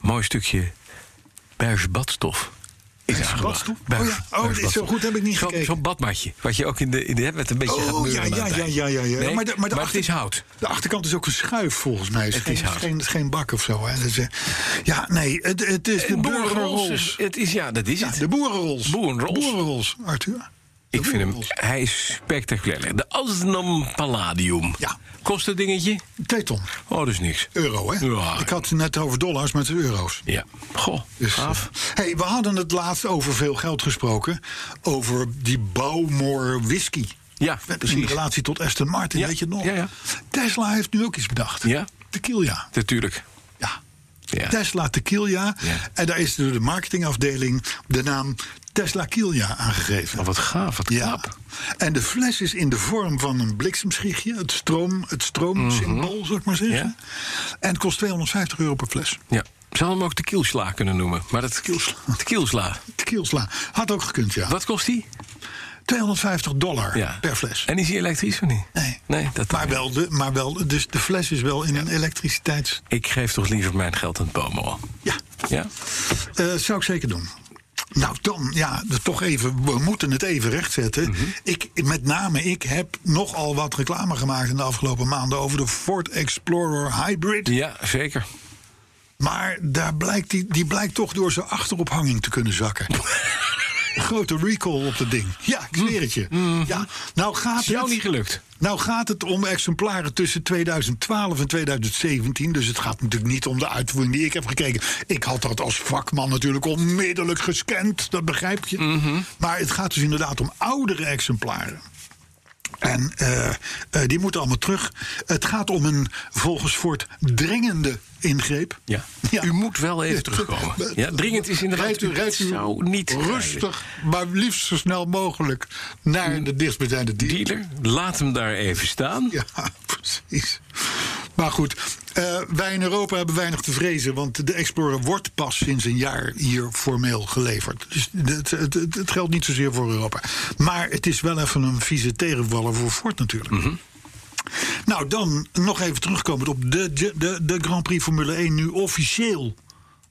mooi stukje beige badstof. is Beige aangebracht. badstof? Oh Beige- ja. Oh, beige dit is zo badstof. goed, heb ik niet Zo'n- gekeken. Zo'n badmatje, wat je ook in de, in de hè, met een beetje Oh, gaat muren ja, aan ja, het ja, eind. ja, ja, ja. Nee, Maar maar, de- maar de het is achter- hout. De achterkant is ook een schuif volgens mij. Het is, Het geen, is hout. geen, geen bak of zo. Hè. Dat is, eh, ja, nee, het, het is Eh, de Boerenrols. boerenrols. Het is, ja, dat is Ja, het. de boerenrols. Boerenrols. Boerenrols, Arthur. De ik vind hem, boerenrols. hij is spectaculair. De Asnam Palladium. Ja. Kost dat dingetje? Twee ton. Oh, dus niks. Euro, hè? Ja. Ik had het net over dollars, maar het is euro's. Ja. Goh, Dus, gaaf. eh, hey, we hadden het laatst over veel geld gesproken. Over die Bowmore whisky. Ja, Met- In precies. relatie tot Aston Martin, Ja, weet je het nog? ja, ja. Tesla heeft nu ook iets bedacht. Ja. Tequila. Natuurlijk. Ja. Ja. Tesla Tequila. Ja. En daar is door de marketingafdeling de naam Tesla Kilia aangegeven. Oh, wat gaaf, wat knap. En de fles is in de vorm van een bliksemschichtje. Het, stroom, het stroomsymbool, Mhm. zou ik maar zeggen. En het kost 250 euro per fles. Ja. Zou hem ook de kielsla kunnen noemen. Maar dat kielsla. De kielsla. Tequila. Had ook gekund, ja. Wat kost die? 250 dollar Ja. per fles. En is die elektrisch of niet? Nee. Nee, dat maar wel, de, maar wel dus de fles is wel in een elektriciteits... Ik geef toch liever mijn geld aan het bomen. Ja, Ja? Eh, zou ik zeker doen. Nou, dan, ja, de- toch even, we moeten het even rechtzetten. ik, met name ik heb nogal wat reclame gemaakt in de afgelopen maanden over de Ford Explorer Hybrid. Ja, zeker. Maar daar blijkt die, die blijkt toch door zijn achterophanging te kunnen zakken. Grote recall op dat ding. Ja, ik zweer het je. Ja, nou gaat Mm. Mm-hmm. Is jou het- niet gelukt? nou gaat het om exemplaren tussen 2012 en 2017. Dus het gaat natuurlijk niet om de uitvoering die ik heb gekeken. Ik had dat als vakman natuurlijk onmiddellijk Mm-hmm. gescand. Dat begrijp je. Maar het gaat dus inderdaad om oudere exemplaren. En eh, eh, die moeten allemaal terug. Het gaat om een volgens Ford dringende ingreep. Ja. U moet wel even terugkomen. Ja, dringend is inderdaad- Rijdt u, rijdt u Zo niet rustig, maar liefst zo snel mogelijk naar de dichtstbijzijnde dealer. Dealer, laat hem daar even staan. Ja, precies. Maar goed, eh, wij in Europa hebben weinig te vrezen, want de Explorer wordt pas sinds een jaar hier formeel geleverd. Dus het, het, het- het geldt niet zozeer voor Europa. Maar het is wel even een vieze tegenvaller voor Ford natuurlijk. Nou, dan nog even terugkomend op de, de, de, de Grand Prix Formule 1 nu officieel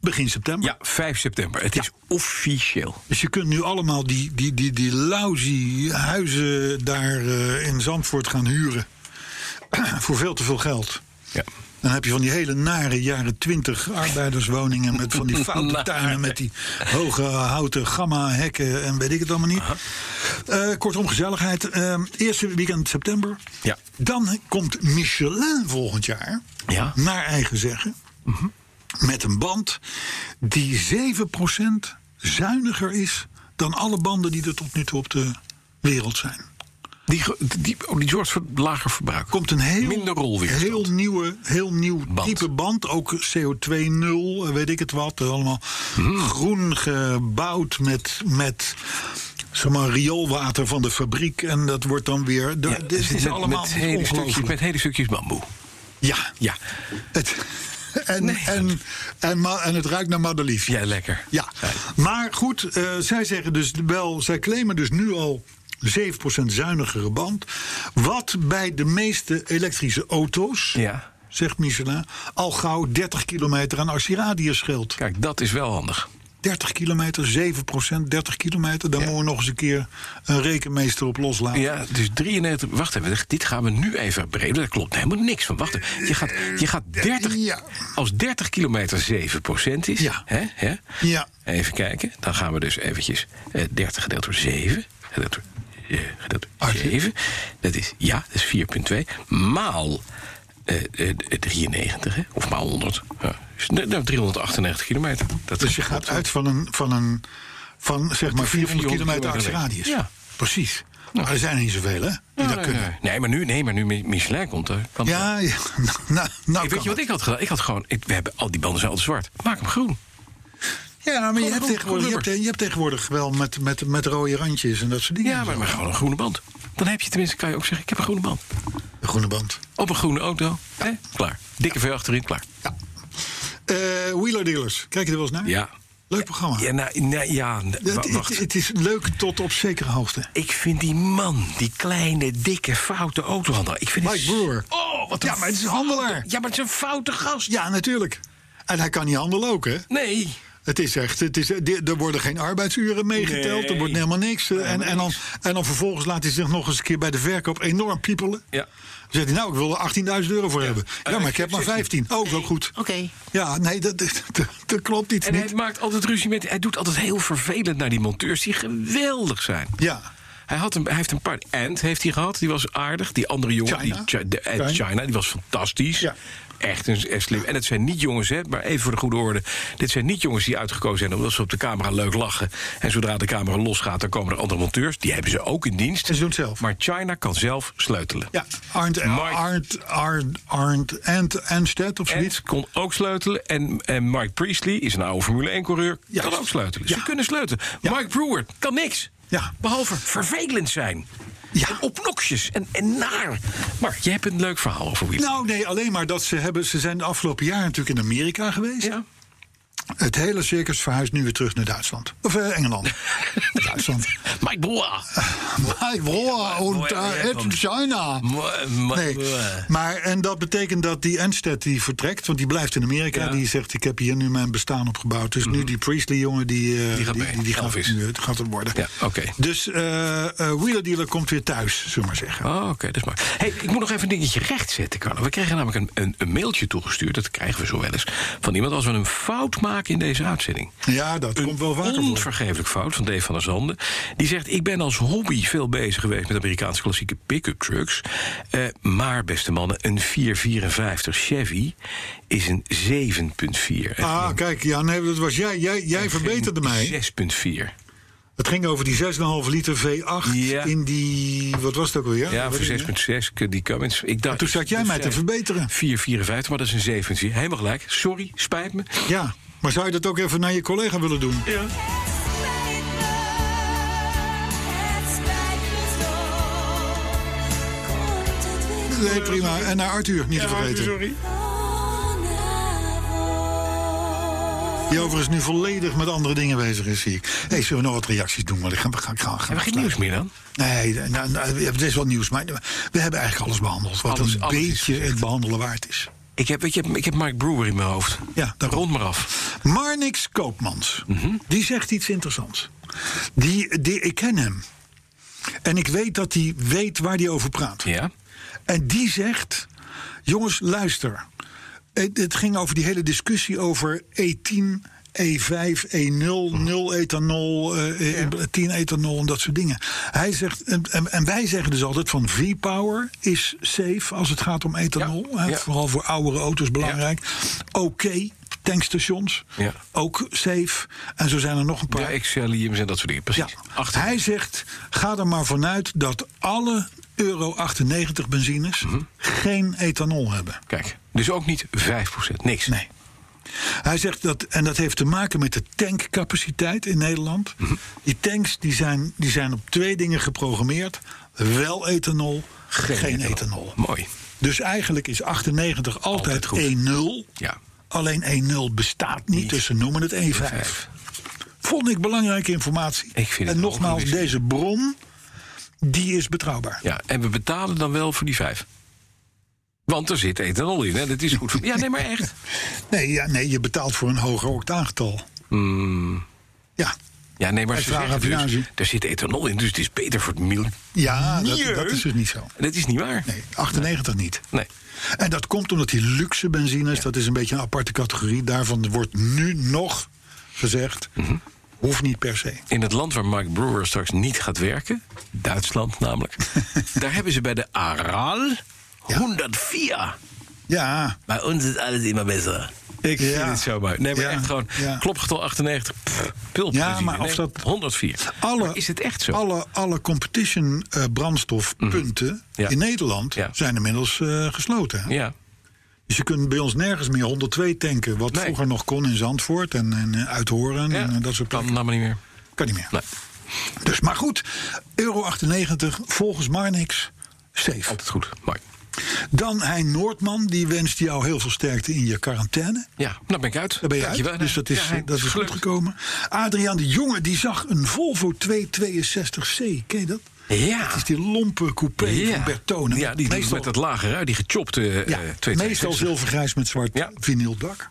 begin september. Ja, 5 september. Het is officieel. Dus je kunt nu allemaal die, die, die, die lousy huizen daar eh, in Zandvoort gaan huren. Voor veel te veel geld. Ja. Dan heb je van die hele nare jaren twintig arbeiderswoningen... met van die foute tuinen, met die hoge houten gamma-hekken... en weet ik het allemaal niet. Eh, kortom, gezelligheid. Eh, eerste weekend september. Ja. Dan komt Michelin volgend jaar, Ja. Mhm. naar eigen zeggen... met een band die 7% zuiniger is... dan alle banden die er tot nu toe op de wereld zijn. Die, gro- die, oh, die zorgt voor lager verbruik. komt een heel, Minder rolweerstand. heel, nieuwe, heel nieuw Band. type band. Ook CO2 nul, eh, weet ik het wat. Allemaal Hmm. groen gebouwd met, met zeg maar, rioolwater van de fabriek. En dat wordt dan weer... Ja, dit is met- met, allemaal hele ongelooflijk. stukjes, met hele stukjes bamboe. Ja. Ja. Het, en, Nee. en, en, ma- en het ruikt naar madelief. Ja, lekker. Ja, maar goed, eh, zij zeggen dus wel, zij claimen dus nu al 7% zuinigere band. Wat bij de meeste elektrische auto's, Ja. zegt Michelin, al gauw 30 kilometer aan actieradius scheelt. Kijk, dat is wel handig. 30 kilometer, 7%, 30 kilometer. Daar Ja. moeten we nog eens een keer een rekenmeester op loslaten. Ja, dus 93. Wacht even, dit gaan we nu even verbreden. Daar klopt helemaal niks van. Wacht even. Je gaat, je gaat 30. Ja. Als 30 kilometer 7% is. Ja. Hè, hè, Ja. Even kijken. Dan gaan we dus eventjes eh, 30 gedeeld door 7. Gedeeld door, eh, gedeeld door Ah, 7. Dat is, ja, dat is 4,2. Maal eh, eh, 93, hè, of maal 100. Ja. Dus, nou, 398 kilometer. Dat Dus je gaat uit van een, van een van zeg maar 400, 400 kilometer kilometer weg. actieradius. Ja. Precies. Maar er zijn er niet zoveel, hè? Die Nee, dat nee, kunnen. nee. Nee, maar nu, nee, maar nu Michelin komt. hè, Kan het wel. Ja, ja, nou, nou Ik weet je kan wat ik had gedaan? Ik had gewoon, ik, we hebben al die banden zijn altijd zwart. Maak hem groen. Ja, nou, maar je Gewoon hebt, een tegenwoordig, je, rubber. hebt, je hebt tegenwoordig wel met, met, met rode randjes en dat soort dingen. Ja, maar, maar gewoon een groene band. Dan heb je tenminste, kan je ook zeggen, ik heb een groene band. De groene band. Op een groene auto. Hè? Klaar. Dikke V achterin, klaar. Ja. Eh, Wheeler Dealers, kijk je er wel eens naar? Ja. Leuk programma. Ja, nou, nou, ja, n- Oh. Het- wa- het, wacht. het is leuk tot op zekere hoogte. Ik vind die man, die kleine, dikke, foute autohandel. Ik vind het Mike zo- Brewer. Oh, wat een Ja, maar het is een foute- handelaar. Ja, maar het is een foute gast. Ja, natuurlijk. En hij kan niet handelen ook, hè? Nee. Het is echt, het is, di- er worden geen arbeidsuren meegeteld, er wordt helemaal niks. eh, en, en, dan, en dan vervolgens laat hij zich nog eens een keer bij de verkoop enorm piepelen. Ja. Dan zegt hij, nou, ik wil er 18.000 euro voor hebben. Ja, maar ik heb maar 15. Oh, zo goed. Oké. Ja, nee, dat, dat, dat- dat klopt iets En niet. hij maakt altijd ruzie met... Hij doet altijd heel vervelend naar die monteurs die geweldig zijn. Ja. Hij, had een, hij heeft een paar. Ant heeft hij gehad, die was aardig. Die andere jongen, China. Die, Chi- de- Ant China. China, die was fantastisch. Ja. Echt een, echt slim. En het zijn niet jongens, hè, maar even voor de goede orde. Dit zijn niet jongens die uitgekozen zijn omdat ze op de camera leuk lachen. En zodra de camera losgaat, dan komen er andere monteurs. Die hebben ze ook in dienst. En ze doen het zelf. Maar China kan zelf sleutelen. Ja, Arndt, eh, Mike. Arndt, Arndt, Arndt, Ant, Anstead of zoiets. Ant kon ook sleutelen. En, en Mike Priestley is een oude Formule 1-coureur. Kan Juist. ook sleutelen. Ja. Ze kunnen sleutelen. Mike Brewer kan niks. Ja. Behalve vervelend zijn. Ja. En obnoxious en, en naar. Maar je hebt een leuk verhaal over Wheeler. Nou, nee, alleen maar dat ze hebben, ze zijn de afgelopen jaren natuurlijk in Amerika geweest. Ja. Het hele circus verhuist nu weer terug naar Duitsland. Of eh, Engeland. Duitsland. Mike Brewer. Ah. Mijn broer und ja, äh, van- China. Mo- mo- Nee, maar en dat betekent dat die Anstead die vertrekt, want die blijft in Amerika. Ja. Mhm. Die zegt: ik heb hier nu mijn bestaan opgebouwd. Dus nu die Priestley jongen die eh, Die gaat mee. die, gaat, Elvis. nu- gaat hem worden. Ja, oké. Dus eh eh, Wheeler Dealer komt weer thuis, zullen we maar zeggen. Oh, oké, dat is mooi. Hey, ik moet nog even een dingetje rechtzetten, Carlo. We kregen namelijk een, een, een mailtje toegestuurd, dat krijgen we zo wel eens... van iemand als we een fout maken in deze uitzending. Ja, dat komt wel vaker voor. onvergeeflijk fout van Dave van der Zanden. Die zegt, ik ben als hobby veel bezig geweest... met Amerikaanse klassieke pick-up trucks. Eh, maar, beste mannen, een 454 Chevy is een 7,4. Ah, kijk, ja, nee, dat was jij. Jij, jij verbeterde mij. 6,4. Het ging over die 6,5 liter V8 Ja. in die... Wat was het ook alweer? Ja, Wat voor is het, 6,6 kun- eh, die Cummins. Ik dacht, toen zat jij mij te verbeteren. 4,54, maar dat is een 17. Helemaal gelijk. Sorry, spijt me. hè? Ja, maar zou je dat ook even naar je collega willen doen? Nee, prima. En naar Arthur, niet te vergeten. Die overigens nu volledig met andere dingen bezig is, zie ik. hey, zullen we nog wat reacties doen? Want ik ga, ga, ga, ga Hebben we geen afsluiten. nieuws meer dan? Nee, nou, nou, het is wel nieuws. Maar we hebben eigenlijk alles behandeld. Wat Alles- een alles is beetje gezegd. het behandelen waard is. Ik heb, weet je, ik heb Mark Brewer in mijn hoofd. Ja, daarom. Rond maar af. Marnix Koopmans. Mhm. Die zegt iets interessants. Die, die, ik ken hem. En ik weet dat hij weet waar hij over praat. Ja. En die zegt: Jongens, luister. Het, het ging over die hele discussie over E E10, E5, E0, 0 E ethanol, eh, eh, 10 ethanol en dat soort dingen. Hij zegt, en, en- en wij zeggen dus altijd van V-Power is safe als het gaat om ethanol. Ja, hè, ja. Vooral voor oudere auto's belangrijk. Oké, tankstations, Ja. ook safe. En zo zijn er nog een paar. Ja, Excel, IM's en dat soort dingen. Precies. Ja. Achter. Hij zegt, ga er maar vanuit dat alle euro 98 benzines Mhm. geen ethanol hebben. Kijk, dus ook niet 5%. Niks. Nee. Hij zegt dat, en dat heeft te maken met de tankcapaciteit in Nederland. Mhm. Die tanks die zijn, die zijn op twee dingen geprogrammeerd: wel ethanol, geen, ethanol. Mooi. Dus eigenlijk is 98 Altijd altijd, goed. E0. Ja. Alleen E0 bestaat niet, Niet. dus ze noemen het E5. E5. Vond ik belangrijke informatie. Ik vind en het ook nogmaals, een wissel. deze bron, die is betrouwbaar. Ja, en we betalen dan wel voor die 5. Want er zit ethanol in, hè? Dat is goed voor. Ja, nee, maar echt. Nee, ja, nee, je betaalt voor een hoger octaangetal. Hmm. Ja, Ja, nee, maar Hij ze vraagt zeggen aan dus, Vinage. er zit ethanol in, dus het is beter voor het milieu. ja dat, Milieu? dat is dus niet zo. Dat is niet waar. Nee, 98 niet. Nee. En dat komt omdat die luxe benzines, dat is een beetje een aparte categorie, daarvan wordt nu nog gezegd, Mhm. hoeft niet per se. In het land waar Mark Brewer straks niet gaat werken, Duitsland namelijk, daar hebben ze bij de Aral 104. Ja, Bij ons is alles immer beter. Ik Ja. vind het zo mooi. Nee, maar Ja, echt gewoon ja. klopgetal 98. Pff, pulplezier. Ja, maar of Nee, dat- 104. alle, Maar is het echt zo? Alle, alle competition eh, brandstofpunten Mhm. Ja. in Nederland Ja. zijn inmiddels eh, gesloten. hè? Ja. Dus je kunt bij ons nergens meer 102 tanken, wat Nee. vroeger nog kon in Zandvoort en, en eh, Uithoren ja. en eh, dat soort kan plekken. namelijk niet meer. Kan niet meer. Nee. Dus, maar goed, euro 98, volgens Marnix, safe. Altijd goed. Mooi. Dan Hein Noordman, die wenst jou heel veel sterkte in je quarantaine. Ja, nou ben ik uit. Daar ben je Dankjewel. uit, dus dat Ja, is, hij- dat is goed gelukt. gekomen. Adriaan de Jonge, die zag een Volvo 262C. Ken je dat? Ja. Dat is die lompe coupé van Bertone. Ja, die, die meestal, met dat lage ruit, die gechopte eh ja, eh, twee- meestal twee- zilvergrijs met zwart Ja. vinyldak.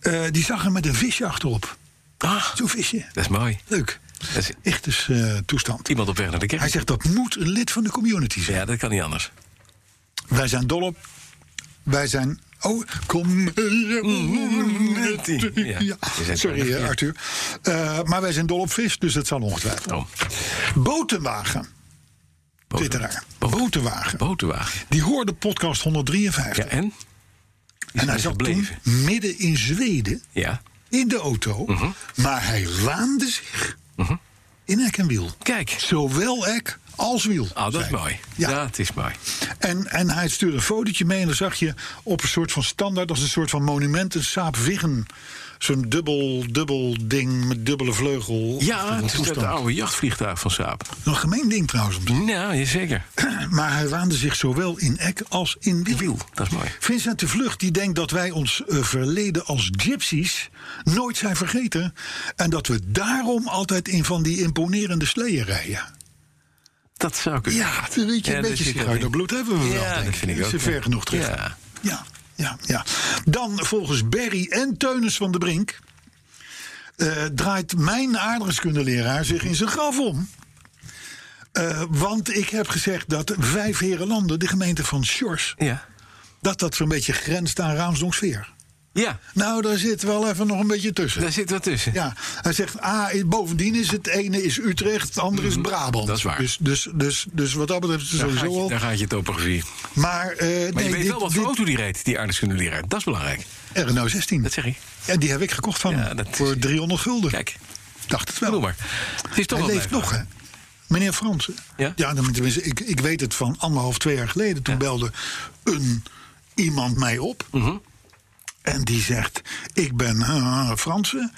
Eh, die zag hem met een visje achterop. Ah, Zo'n visje. dat is mooi. Leuk. Dat is Echt dus eh, toestand. iemand op weg naar de kerk. Hij zegt dat moet een lid van de community zijn. Ja, dat kan niet anders. Wij zijn dol op. Wij zijn. Oh, kom. Ja. Ja. Je bent Sorry, erg, eh, ja. Arthur. Eh, maar wij zijn dol op vis, dus dat zal ongetwijfeld. Oh, Botenwagen, boten- twitteraar. boten- Botenwagen. Botenwagen. Die hoorde podcast 153. Ja, en? en hij is zat gebleven. toen midden in Zweden Ja. in de auto. Mhm. Maar hij waande zich in ek en wiel. Kijk. Zowel ek als wiel. Ah, dat is zei mooi. Ja. Dat is mooi. En, en hij stuurde een fotootje mee en dan zag je op een soort van standaard, als een soort van monument, een saapviggen. Zo'n dubbel, dubbel ding met dubbele vleugel. Ja, Een het is toestand. dat oude jachtvliegtuig van Saab. Een gemeen ding trouwens. om te- Nou, ja, zeker. Maar hij waande zich zowel in ek als in wiel. Wiel, dat is mooi. Vincent de Vlucht die denkt dat wij ons eh, verleden als gypsies nooit zijn vergeten. En dat we daarom altijd in van die imponerende sleeën rijden. Dat zou kunnen. Ja, dan weet je, Ja, een dat beetje zit sigaar erin. door bloed hebben we Ja, wel, denk dat vind ik ook, Als je ja. ver genoeg terug. Ja. ja, ja, ja. Dan volgens Berry en Teunis van de Brink... eh, draait mijn aardrijkskundeleraar zich in zijn graf om. Eh, want ik heb gezegd dat Vijf Herenlanden, de gemeente van Sjors... Ja. dat dat zo'n beetje grenst aan Raamsdonksveer. Ja, Nou, daar zit wel even nog een beetje tussen. daar zit wat tussen. Ja, hij zegt, ah, bovendien is het ene is Utrecht, het andere is Brabant. Mhm, dat is waar. Dus, dus, dus, dus wat dat betreft is het Daar gaat, sowieso je, al. daar gaat je topografie. Maar, Maar eh, nee, je weet dit- wel wat voor auto die reed, die aardrijkskundeleraar. Dat is belangrijk. dit- Renault 16. Dat zeg ik. Ja, die heb ik gekocht van Ja, hem. dat is- Voor 300 gulden. Kijk, dacht het Doe wel. maar. Het is toch Nou. Hij wel leeft nog, blijven. hè? Meneer Fransen. Ja? dan- tenminste, ik, ik weet het van anderhalf, twee jaar geleden. Toen belde een iemand mij op. Mhm. En die zegt, ik ben eh, Fransen.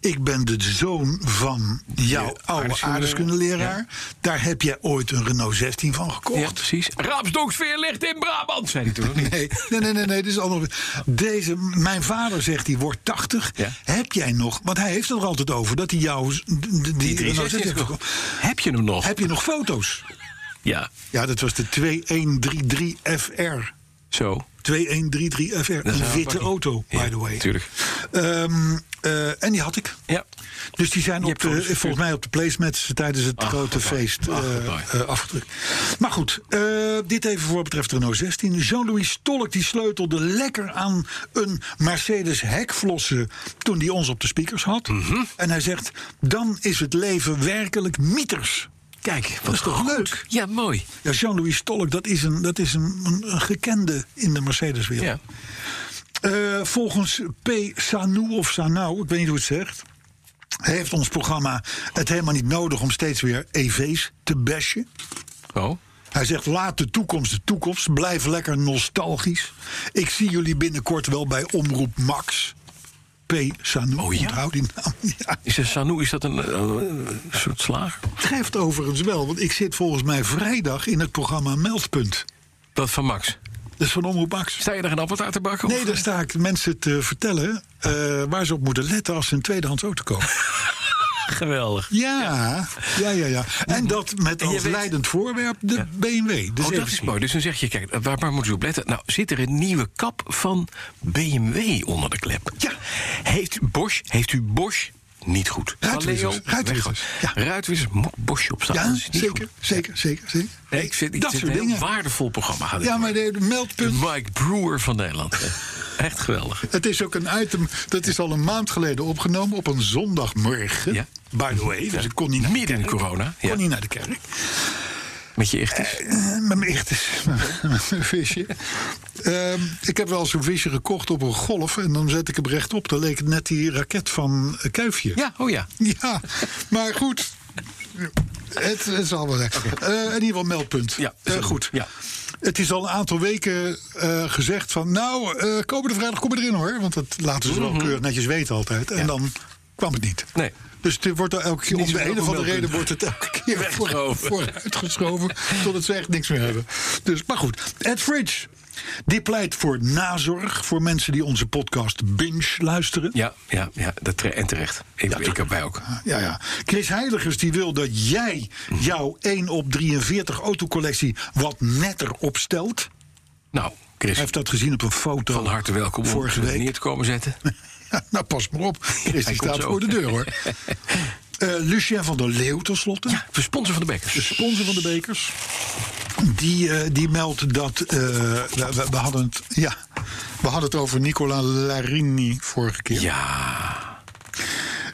Ik ben de zoon van jouw oude aardrijkskunde- aardrijkskundeleraar. Daar heb jij ooit een Renault 16 van gekocht. Ja, precies. Raapsdonksveer ligt in Brabant, zei hij toen nog niet. Nee, nee, nee, nee, nee, dit is allemaal. Deze, mijn vader zegt, die wordt 80. Ja. Heb jij nog, want hij heeft het er altijd over, dat hij jou. z- d- d- Die, drie Renault 16 heeft zesjes. gekocht. Heb je hem nog? Heb je nog foto's? Ja, Ja, dat was de 2133FR. zo. 2133FR. is Een een witte bakkie. auto, by Ja, the way. tuurlijk. Ehm, eh, en die had ik. Ja. Dus die zijn Je op hebt de, foto's gestuurd. volgens mij op de placemats tijdens het Ach, grote wat mooi. feest Ach, wat eh, mooi. eh, afgedrukt. Maar goed, eh, dit even voor wat betreft Renault 16. Jean-Louis Stolk die sleutelde lekker aan een Mercedes hekvlossen toen die ons op de speakers had. Mhm. En hij zegt, dan is het leven werkelijk mieters. Kijk, Dat is toch leuk? Ja, mooi. Ja, Jean-Louis Stolk, dat is, een, dat is een, een, een gekende in de Mercedes-wereld. Ja. Eh, volgens P. Sanou of Sanou, ik weet niet hoe het zegt. Heeft ons programma het helemaal niet nodig om steeds weer EV's te bashen? Oh. Hij zegt: laat de toekomst de toekomst. Blijf lekker nostalgisch. Ik zie jullie binnenkort wel bij Omroep Max. P. Sanou, Oh ja? onthoud die naam. Ja. Is een Sanou, is dat een, eh, een soort slager? Treft overigens wel, want ik zit volgens mij vrijdag in het programma Meldpunt. Dat van Max. Dat is van Omroep Max. Sta je daar een appeltaart te bakken? Nee, daar sta ik mensen te vertellen eh, waar ze op moeten letten als ze een tweedehands auto kopen. Geweldig. Ja, ja, ja, ja. En dat met Mhm. En je als weet- leidend voorwerp de BMW. Dus Oh, dat is mooi. Dus dan zeg je, kijk, waar, waar moet je op letten? Nou, zit er een nieuwe kap van BMW onder de klep? Ja. Heeft Bosch, heeft u Bosch niet goed? Ruitwissers, Van Leo, ruitwissers, weg. Ruitwissers moet Bosch opstaan. Ja, Dat is niet zeker, goed. zeker, zeker, zeker. Nee, ik vind, ik dat vind soort het een heel dingen. waardevol programma. gaat dit Ja, maar worden. de, de meldpunt. Mike Brewer van Nederland. Echt geweldig. Het is ook een item dat is al een maand geleden opgenomen op een zondagmorgen. Ja. By the way, dus ik kon niet naar de Midden in kerk. corona. Kon Ja, niet naar de kerk. met je echt. Eh, Met mijn ichtes, met mijn visje. Ehm, ik heb wel zo'n visje gekocht op een golf. En dan zet ik hem rechtop. Dan leek het net die raket van eh, Kuifje. Ja, oh ja. Ja, maar goed. Het, het zal wel zijn. Eh, in ieder geval meldpunt. Ja, Eh, zo. goed. Ja. Het is al een aantal weken eh, gezegd van... nou, eh komende vrijdag kom je erin hoor. Want dat laten ze wel keurig netjes weten altijd. En dan kwam het niet. Mhm. Nee. Dus het wordt er elke keer, om Niet de zoveel een of andere meldpunt. reden wordt het elke keer voor, Weggeschoven. vooruitgeschoven. totdat ze echt niks meer hebben. Dus, maar goed, Ed Fridge. Die pleit voor nazorg voor mensen die onze podcast binge luisteren. Ja, ja, ja dat tre- en terecht. Ik, ik heb wij ook. Ja, ja. Chris Heiligers die wil dat jij jouw 1 op 43 autocollectie wat netter opstelt. Nou, Chris, Hij heeft dat gezien op een foto. van harte welkom om Vorige het neer week. te komen zetten. Ja, nou, pas maar op. Chris hij die komt staat zo. voor de deur hoor. Eh, Lucien van der Leeuw, tenslotte. Ja, voor sponsor van de De Bekkers. sponsor van de bekers. Die, eh, die meldt dat. eh, we, we- we hadden het, ja, we hadden het over Nicola Larini vorige keer. Ja.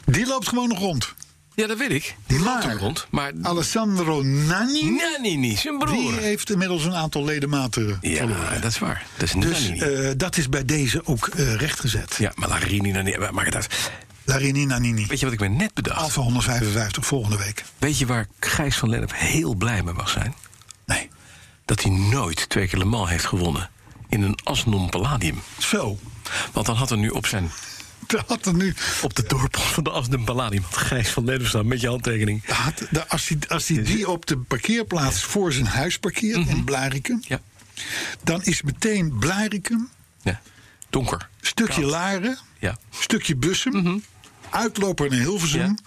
Die loopt gewoon nog rond. ja, dat weet ik. Die loopt maar- ook rond. Maar Alessandro Nani. Nanni niet, zijn Die eh, broer. heeft inmiddels een aantal ledematen verloren. Ja, dat is waar. Dat is Dus Nanni niet. eh, dat is bij deze ook eh, rechtgezet. Ja, maar Larini, Nanni, maar maakt het uit. Larini Nanini. Weet je wat ik me net bedacht? Alfa 155 volgende week. Weet je waar Gijs van Lennep heel blij mee mag zijn? Nee. Dat hij nooit twee keer Le Mans heeft gewonnen. In een Asnon Palladium. Zo. Want dan had er nu op zijn Dat had er nu. Op de dorpel van de Afden Palladium had Gijs van Lennep staan met je handtekening. Had, de, als hij als hij die op de parkeerplaats voor zijn huis parkeert in Blarikum. Mhm. Ja. dan is meteen Blarikum, ja. Donker. stukje Laren, Ja. stukje Bussum, Mhm. uitloper naar Hilversum.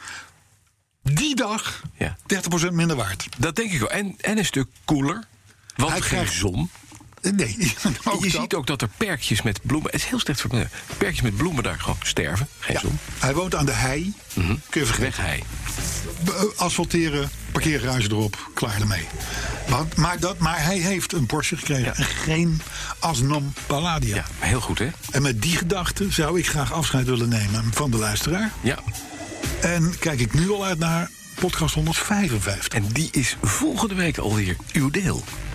Die dag Ja. 30% minder waard. Dat denk ik wel. En, en een stuk koeler. Want Hij geen krijgt- zon. Nee, ook je dat. ziet ook dat er perkjes met bloemen... Het is heel slecht voor het milieu. Perkjes met bloemen daar gewoon sterven. Geen Ja. zon. Hij woont aan de hei. Mhm. Kun je vergeten. Weg hij. B- eh, asfalteren, parkeergarage erop, klaar ermee. Want, maar, dat, maar hij heeft een Porsche gekregen. Ja. en Geen Asnom Palladia. Ja, maar heel goed hè. En met die gedachte zou ik graag afscheid willen nemen van de luisteraar. Ja. En kijk ik nu al uit naar podcast 155. En die is volgende week alweer uw deel.